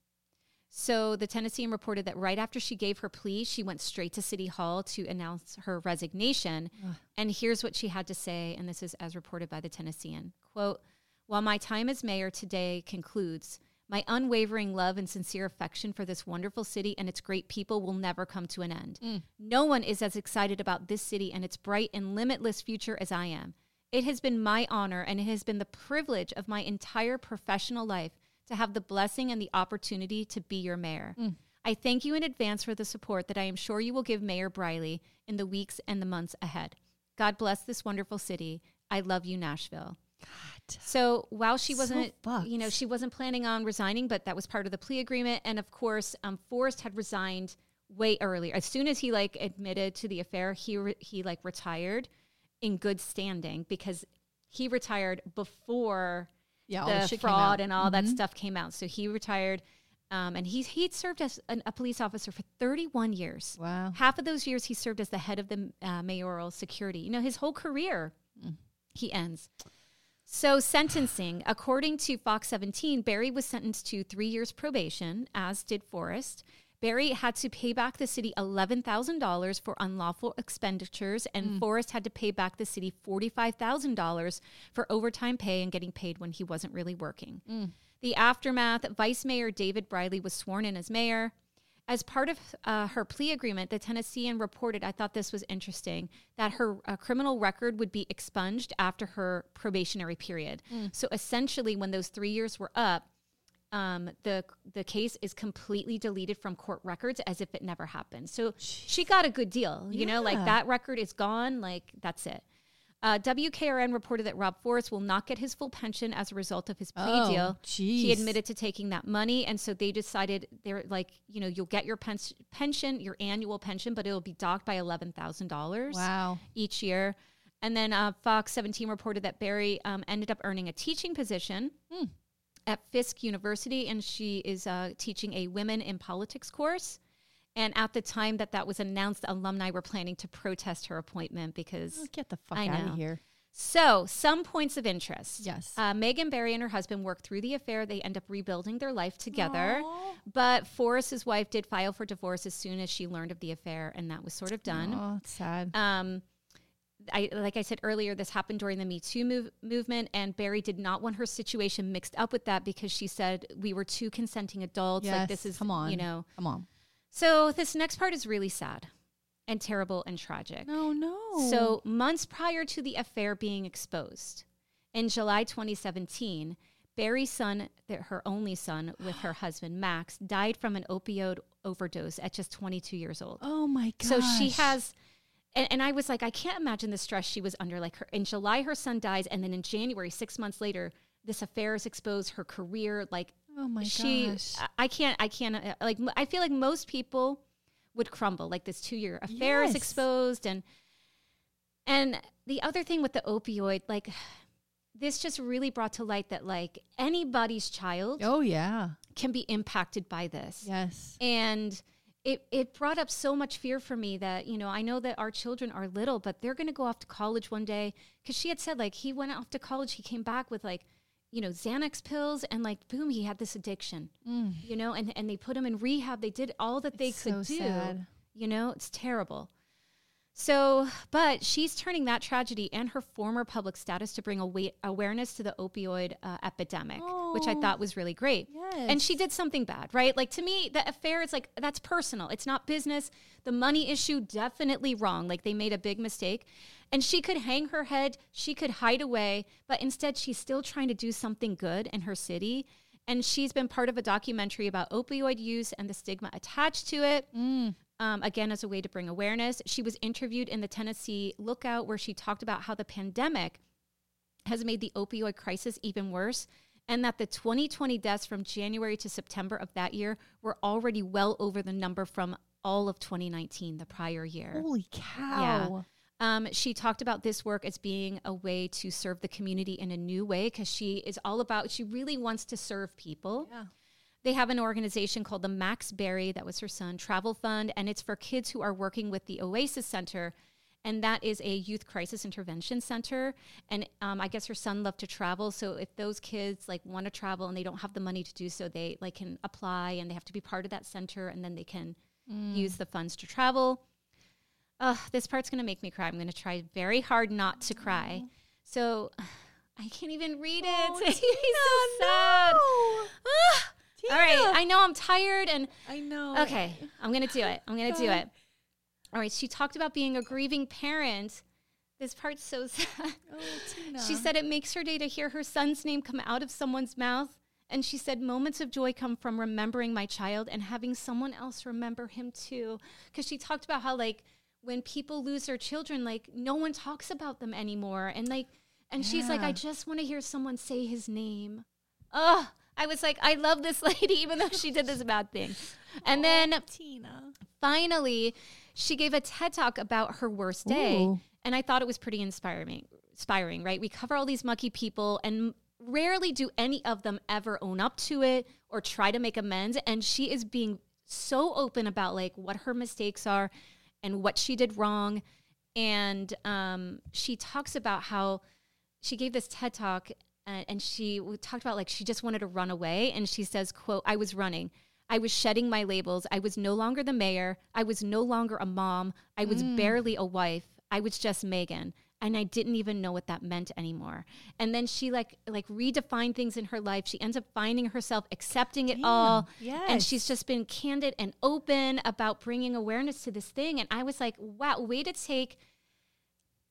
S1: So the Tennessean reported that right after she gave her plea, she went straight to City Hall to announce her resignation. And here's what she had to say, and this is as reported by the Tennessean. Quote, while my time as mayor today concludes, my unwavering love and sincere affection for this wonderful city and its great people will never come to an end. No one is as excited about this city and its bright and limitless future as I am. It has been my honor and it has been the privilege of my entire professional life to have the blessing and the opportunity to be your mayor. I thank you in advance for the support that I am sure you will give Mayor Briley in the weeks and the months ahead. God bless this wonderful city. I love you, Nashville. So while she
S2: So
S1: wasn't,
S2: fucked.
S1: you know, she wasn't planning on resigning, but that was part of the plea agreement. And of course, um, Forrest had resigned way earlier. As soon as he like admitted to the affair, he re- he like retired in good standing because he retired before
S2: Yeah, all
S1: the
S2: this shit came
S1: fraud
S2: out. Mm-hmm.
S1: and all that stuff came out. So he retired, um, and he he'd served as an, a police officer for 31 years.
S2: Wow.
S1: Half of those years he served as the head of the uh, mayoral security. You know, his whole career
S2: Mm.
S1: he ends. So, sentencing. According to Fox 17, Barry was sentenced to three years probation, as did Forrest. Barry had to pay back the city $11,000 for unlawful expenditures, and Forrest had to pay back the city $45,000 for overtime pay and getting paid when he wasn't really working. The aftermath Vice Mayor David Briley was sworn in as mayor. As part of uh, her plea agreement, the Tennessean reported, I thought this was interesting, that her uh, criminal record would be expunged after her probationary period.
S2: Mm.
S1: So essentially, when those three years were up, um, the the case is completely deleted from court records as if it never happened. So she got a good deal, you know, like
S2: Yeah.
S1: that record is gone, like that's it. Uh, WKRN reported that Rob Forrest will not get his full pension as a result of his plea
S2: Oh,
S1: deal. He
S2: jeez.
S1: admitted to taking that money, and so they decided they're like, you know, you'll get your pens- pension, your annual pension, but it'll be docked by eleven thousand dollars
S2: Wow.
S1: each year. And then uh, Fox 17 reported that Barry um, ended up earning a teaching position at Fisk University, and she is uh, teaching a women in politics course. And at the time that that was announced, alumni were planning to protest her appointment because
S2: Get the fuck
S1: I
S2: out
S1: know.
S2: of here.
S1: so, some points of interest.
S2: Yes.
S1: Uh, Megan Barry and her husband work through the affair. They end up rebuilding their life together. But Forrest's wife did file for divorce as soon as she learned of the affair, and that was sort of done.
S2: Oh, it's sad.
S1: Um, I, like I said earlier, this happened during the Me Too move, movement, and Barry did not want her situation mixed up with that because she said we were two consenting adults.
S2: Yes,
S1: Like this is,
S2: come on.
S1: you know.
S2: Come on.
S1: So this next part is really sad, and terrible, and tragic.
S2: No, no.
S1: So, months prior to the affair being exposed, in July 2017, Barry's son, th- her only son, with her husband Max, died from an opioid overdose at just 22 years old.
S2: oh my god.
S1: so she has, and, and I was like, I can't imagine the stress she was under. Like her in July, her son dies, and then in January, six months later, this affair is exposed. Her career, like
S2: Oh my
S1: she,
S2: gosh.
S1: I- I can't, I can't. uh, Like m- I feel like most people would crumble. Like this two-year affair
S2: Yes.
S1: is exposed, and and the other thing with the opioid, like this just really brought to light that like anybody's child
S2: Oh yeah.
S1: can be impacted by this
S2: Yes.
S1: and it it brought up so much fear for me that you know I know that our children are little, but they're going to go off to college one day. Because she had said like he went off to college, he came back with like you know Xanax pills, and like boom, he had this addiction. You know, and and they put him in rehab. They did all that they
S2: Mm. It's
S1: could
S2: so
S1: do.
S2: sad.
S1: You know, it's terrible. So, but she's turning that tragedy and her former public status to bring awa- awareness to the opioid uh, epidemic, which I
S2: Oh.
S1: thought was really great. And she
S2: Yes.
S1: did something bad, right? Like to me, the affair is like that's personal. It's not business. The money issue definitely wrong. Like they made a big mistake. And she could hang her head, she could hide away, but instead she's still trying to do something good in her city. And she's been part of a documentary about opioid use and the stigma attached to it um, again as a way to bring awareness. She was interviewed in the Tennessee Lookout, where she talked about how the pandemic has made the opioid crisis even worse, and that the 2020 deaths from January to September of that year were already well over the number from all of 2019, the prior year.
S2: Holy cow.
S1: Um, she talked about this work as being a way to serve the community in a new way because she is all about, she really wants to serve people.
S2: Yeah.
S1: They have an organization called the Max Berry, that was her son, Travel Fund, and it's for kids who are working with the Oasis Center. And that is a youth crisis intervention center. And um, I guess her son loved to travel. So if those kids like want to travel and they don't have the money to do so, they like can apply and they have to be part of that center and then they can use the funds to travel. Ugh, this part's gonna make me cry. I'm gonna try very hard not to cry. So I can't even read it.
S2: Oh,
S1: It's so sad. Ah! All right,
S2: Tina. Oh,
S1: I know I'm tired and
S2: I know.
S1: okay, I'm gonna do it. I'm gonna do
S2: God.
S1: it. All right, she talked about being a grieving parent. This part's so sad.
S2: Oh, Tina.
S1: She said it makes her day to hear her son's name come out of someone's mouth. And she said, moments of joy come from remembering my child and having someone else remember him too. Because she talked about how, like, when people lose their children, like, no one talks about them anymore. And, like, and she's like,
S2: Yeah.
S1: I just want to hear someone say his name. Ugh. I was like, I love this lady, even though she did this bad thing.
S2: Oh.
S1: And then
S2: Tina.
S1: finally, she gave a TED talk about her worst day.
S2: Ooh.
S1: And I thought it was pretty inspiring, inspiring, right? We cover all these mucky people and rarely do any of them ever own up to it or try to make amends. And she is being so open about like what her mistakes are and what she did wrong. And um, she talks about how she gave this TED talk uh, and she w- talked about like she just wanted to run away and she says quote I was running I was shedding my labels I was no longer the mayor I was no longer a mom I was barely a wife I was just Megan and I didn't even know what that meant anymore and then she like like redefined things in her life she ends up finding herself accepting it all and
S2: yes.
S1: she's just been candid and open about bringing awareness to this thing and I was like wow way to take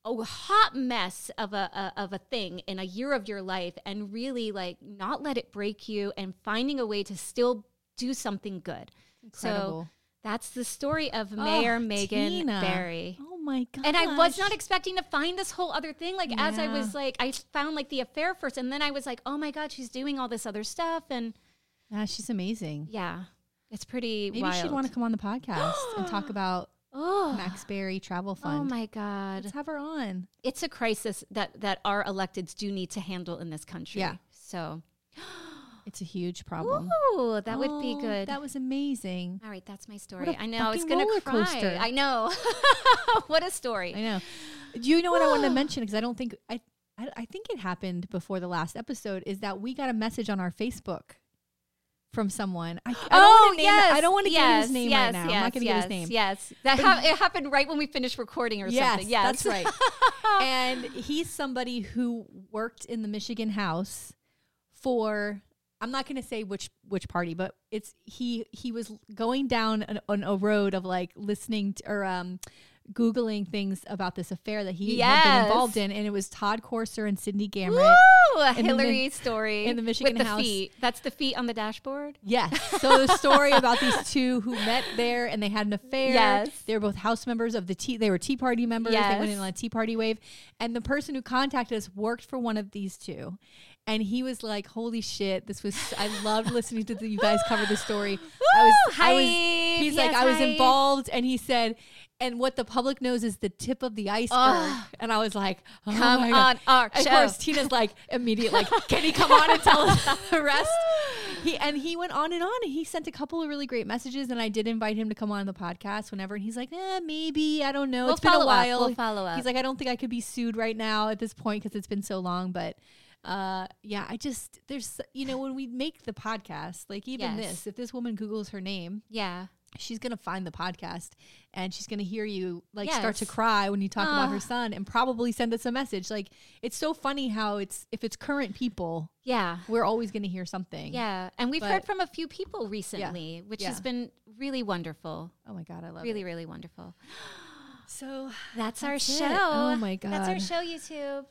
S1: a hot mess of a, a of a thing in a year of your life and really like not let it break you and finding a way to still do something good. So
S2: Incredible.
S1: that's the story of Mayor
S2: Oh,
S1: Megan
S2: Tina.
S1: Barry.
S2: Oh my god.
S1: And I was not expecting to find this whole other thing. Like as I
S2: Yeah.
S1: was like I found like the affair first and then I was like, "Oh my god, she's doing all this other stuff." And
S2: Yeah, she's amazing.
S1: yeah. It's pretty
S2: Maybe
S1: wild.
S2: she'd want to come on the podcast and talk about
S1: Oh,
S2: Max Berry Travel Fund.
S1: oh my God.
S2: Let's have her on.
S1: It's a crisis that, that our electeds do need to handle in this country.
S2: Yeah.
S1: So,
S2: It's a huge problem.
S1: ooh, that would be
S2: Oh,
S1: good.
S2: That was amazing.
S1: All right, that's my
S2: a
S1: story. I know. I was
S2: fucking
S1: going
S2: roller
S1: to cry.
S2: coaster.
S1: I know. what a story.
S2: I know. Do you know what I wanted to mention? Because I don't think I, I, I think it happened before the last episode. Is that we got a message on our Facebook from someone. I, I don't
S1: oh
S2: wanna name,
S1: yes,
S2: I don't want to give
S1: yes,
S2: his name
S1: yes,
S2: right now.
S1: Yes,
S2: I'm not going to
S1: yes,
S2: give his name.
S1: Yes, that ha- it happened right when we finished recording or
S2: Yes,
S1: something. Yes,
S2: that's right. and he's somebody who worked in the Michigan House for. I'm not going to say which which party, but it's he he was going down an, on a road of like listening to, or um googling things about this affair that he had
S1: Yes.
S2: been involved in, and it was Todd Corser and Cindy Gamrett.
S1: Ooh, a
S2: In the Mi-
S1: Hillary story
S2: in the Michigan
S1: with the
S2: House.
S1: feet. That's the feet on the dashboard.
S2: Yes. So the story about these two who met there and they had an affair.
S1: Yes.
S2: They were both house members of the tea. They were Tea Party members. They went in
S1: Yes.
S2: on a Tea Party wave. And the person who contacted us worked for one of these two. And he was like, holy shit, this was, I loved listening to the, you guys cover the story. I was, I was,
S1: hype.
S2: he's like,
S1: Yes,
S2: I was
S1: hype.
S2: involved. And he said, and what the public knows is the tip of the iceberg.
S1: Ugh.
S2: and I was like, oh
S1: Come
S2: my God.
S1: on our
S2: Of
S1: show.
S2: course, Tina's like immediate, like, can he come on and tell us the rest? He and he went on and on, and he sent a couple of really great messages, and I did invite him to come on the podcast whenever, and he's like, eh, maybe I don't know.
S1: We'll
S2: it's been a
S1: follow up.
S2: while.
S1: We'll follow up.
S2: He's like, I don't think I could be sued right now at this point because it's been so long, but. Uh yeah, I just there's you know when we make the podcast, like
S1: Yes.
S2: even this, if this woman googles her name,
S1: Yeah.
S2: she's gonna find the podcast and she's gonna hear you like start to
S1: Yes.
S2: cry when you talk about her
S1: Ah.
S2: son and probably send us a message like it's so funny how it's if it's current people
S1: Yeah.
S2: we're always gonna hear something
S1: Yeah. And we've
S2: But-
S1: heard from a few people recently, which
S2: Yeah.
S1: has been really wonderful.
S2: oh my god i love
S1: really,
S2: it
S1: really wonderful.
S2: so
S1: That's, our
S2: That's it.
S1: show.
S2: Oh my
S1: That's our
S2: God.
S1: show, YouTube.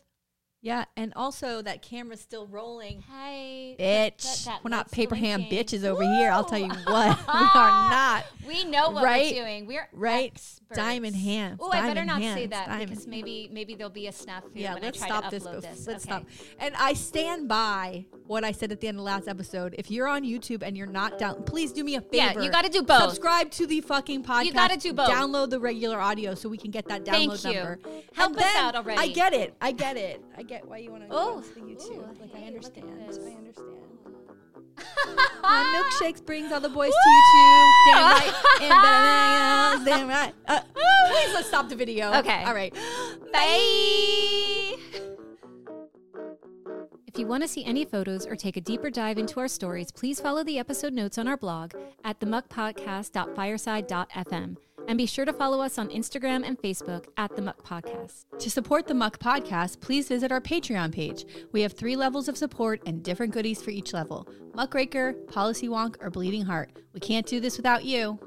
S2: yeah and also that camera's still rolling
S1: Hi.
S2: bitch
S1: That- that
S2: we're not
S1: light's
S2: paper ham
S1: blinking.
S2: bitches over here i'll tell you what we are not
S1: Ah, We know what
S2: Right?
S1: we're doing. We're
S2: Right?
S1: experts.
S2: Diamond hands,
S1: Oh, I better
S2: diamond
S1: not say
S2: hands,
S1: that
S2: diamond
S1: because
S2: hands.
S1: maybe maybe there'll be a snafu
S2: yeah,
S1: when
S2: let's
S1: I try
S2: stop
S1: to
S2: this.
S1: upload
S2: bef-
S1: this.
S2: Let's
S1: Okay.
S2: stop. And I stand by what I said at the end of the last episode. If you're on YouTube and you're not down, please do me a favor.
S1: Yeah, you gotta do both.
S2: Subscribe to the fucking podcast.
S1: gotta do both.
S2: Download the regular audio so we can get that
S1: Thank
S2: download
S1: you.
S2: number.
S1: Help
S2: And
S1: us
S2: then-
S1: out already.
S2: I get it. I get it. I get why you want to go
S1: Oh,
S2: to the YouTube.
S1: ooh,
S2: like I
S1: hey, look at
S2: understand.
S1: this.
S2: I understand. My milkshakes brings all the boys to YouTube. Damn right. And bananas. Damn right. Uh, please let's stop the video.
S1: Okay.
S2: All right.
S1: Bye. If you want to see any photos or take a deeper dive into our stories, please follow the episode notes on our blog at themuckpodcast.fireside.fm. And be sure to follow us on Instagram and Facebook at The Muck Podcast.
S2: To support the Muck Podcast, please visit our Patreon page. We have three levels of support and different goodies for each level Muckraker, Policy Wonk, or Bleeding Heart. We can't do this without you.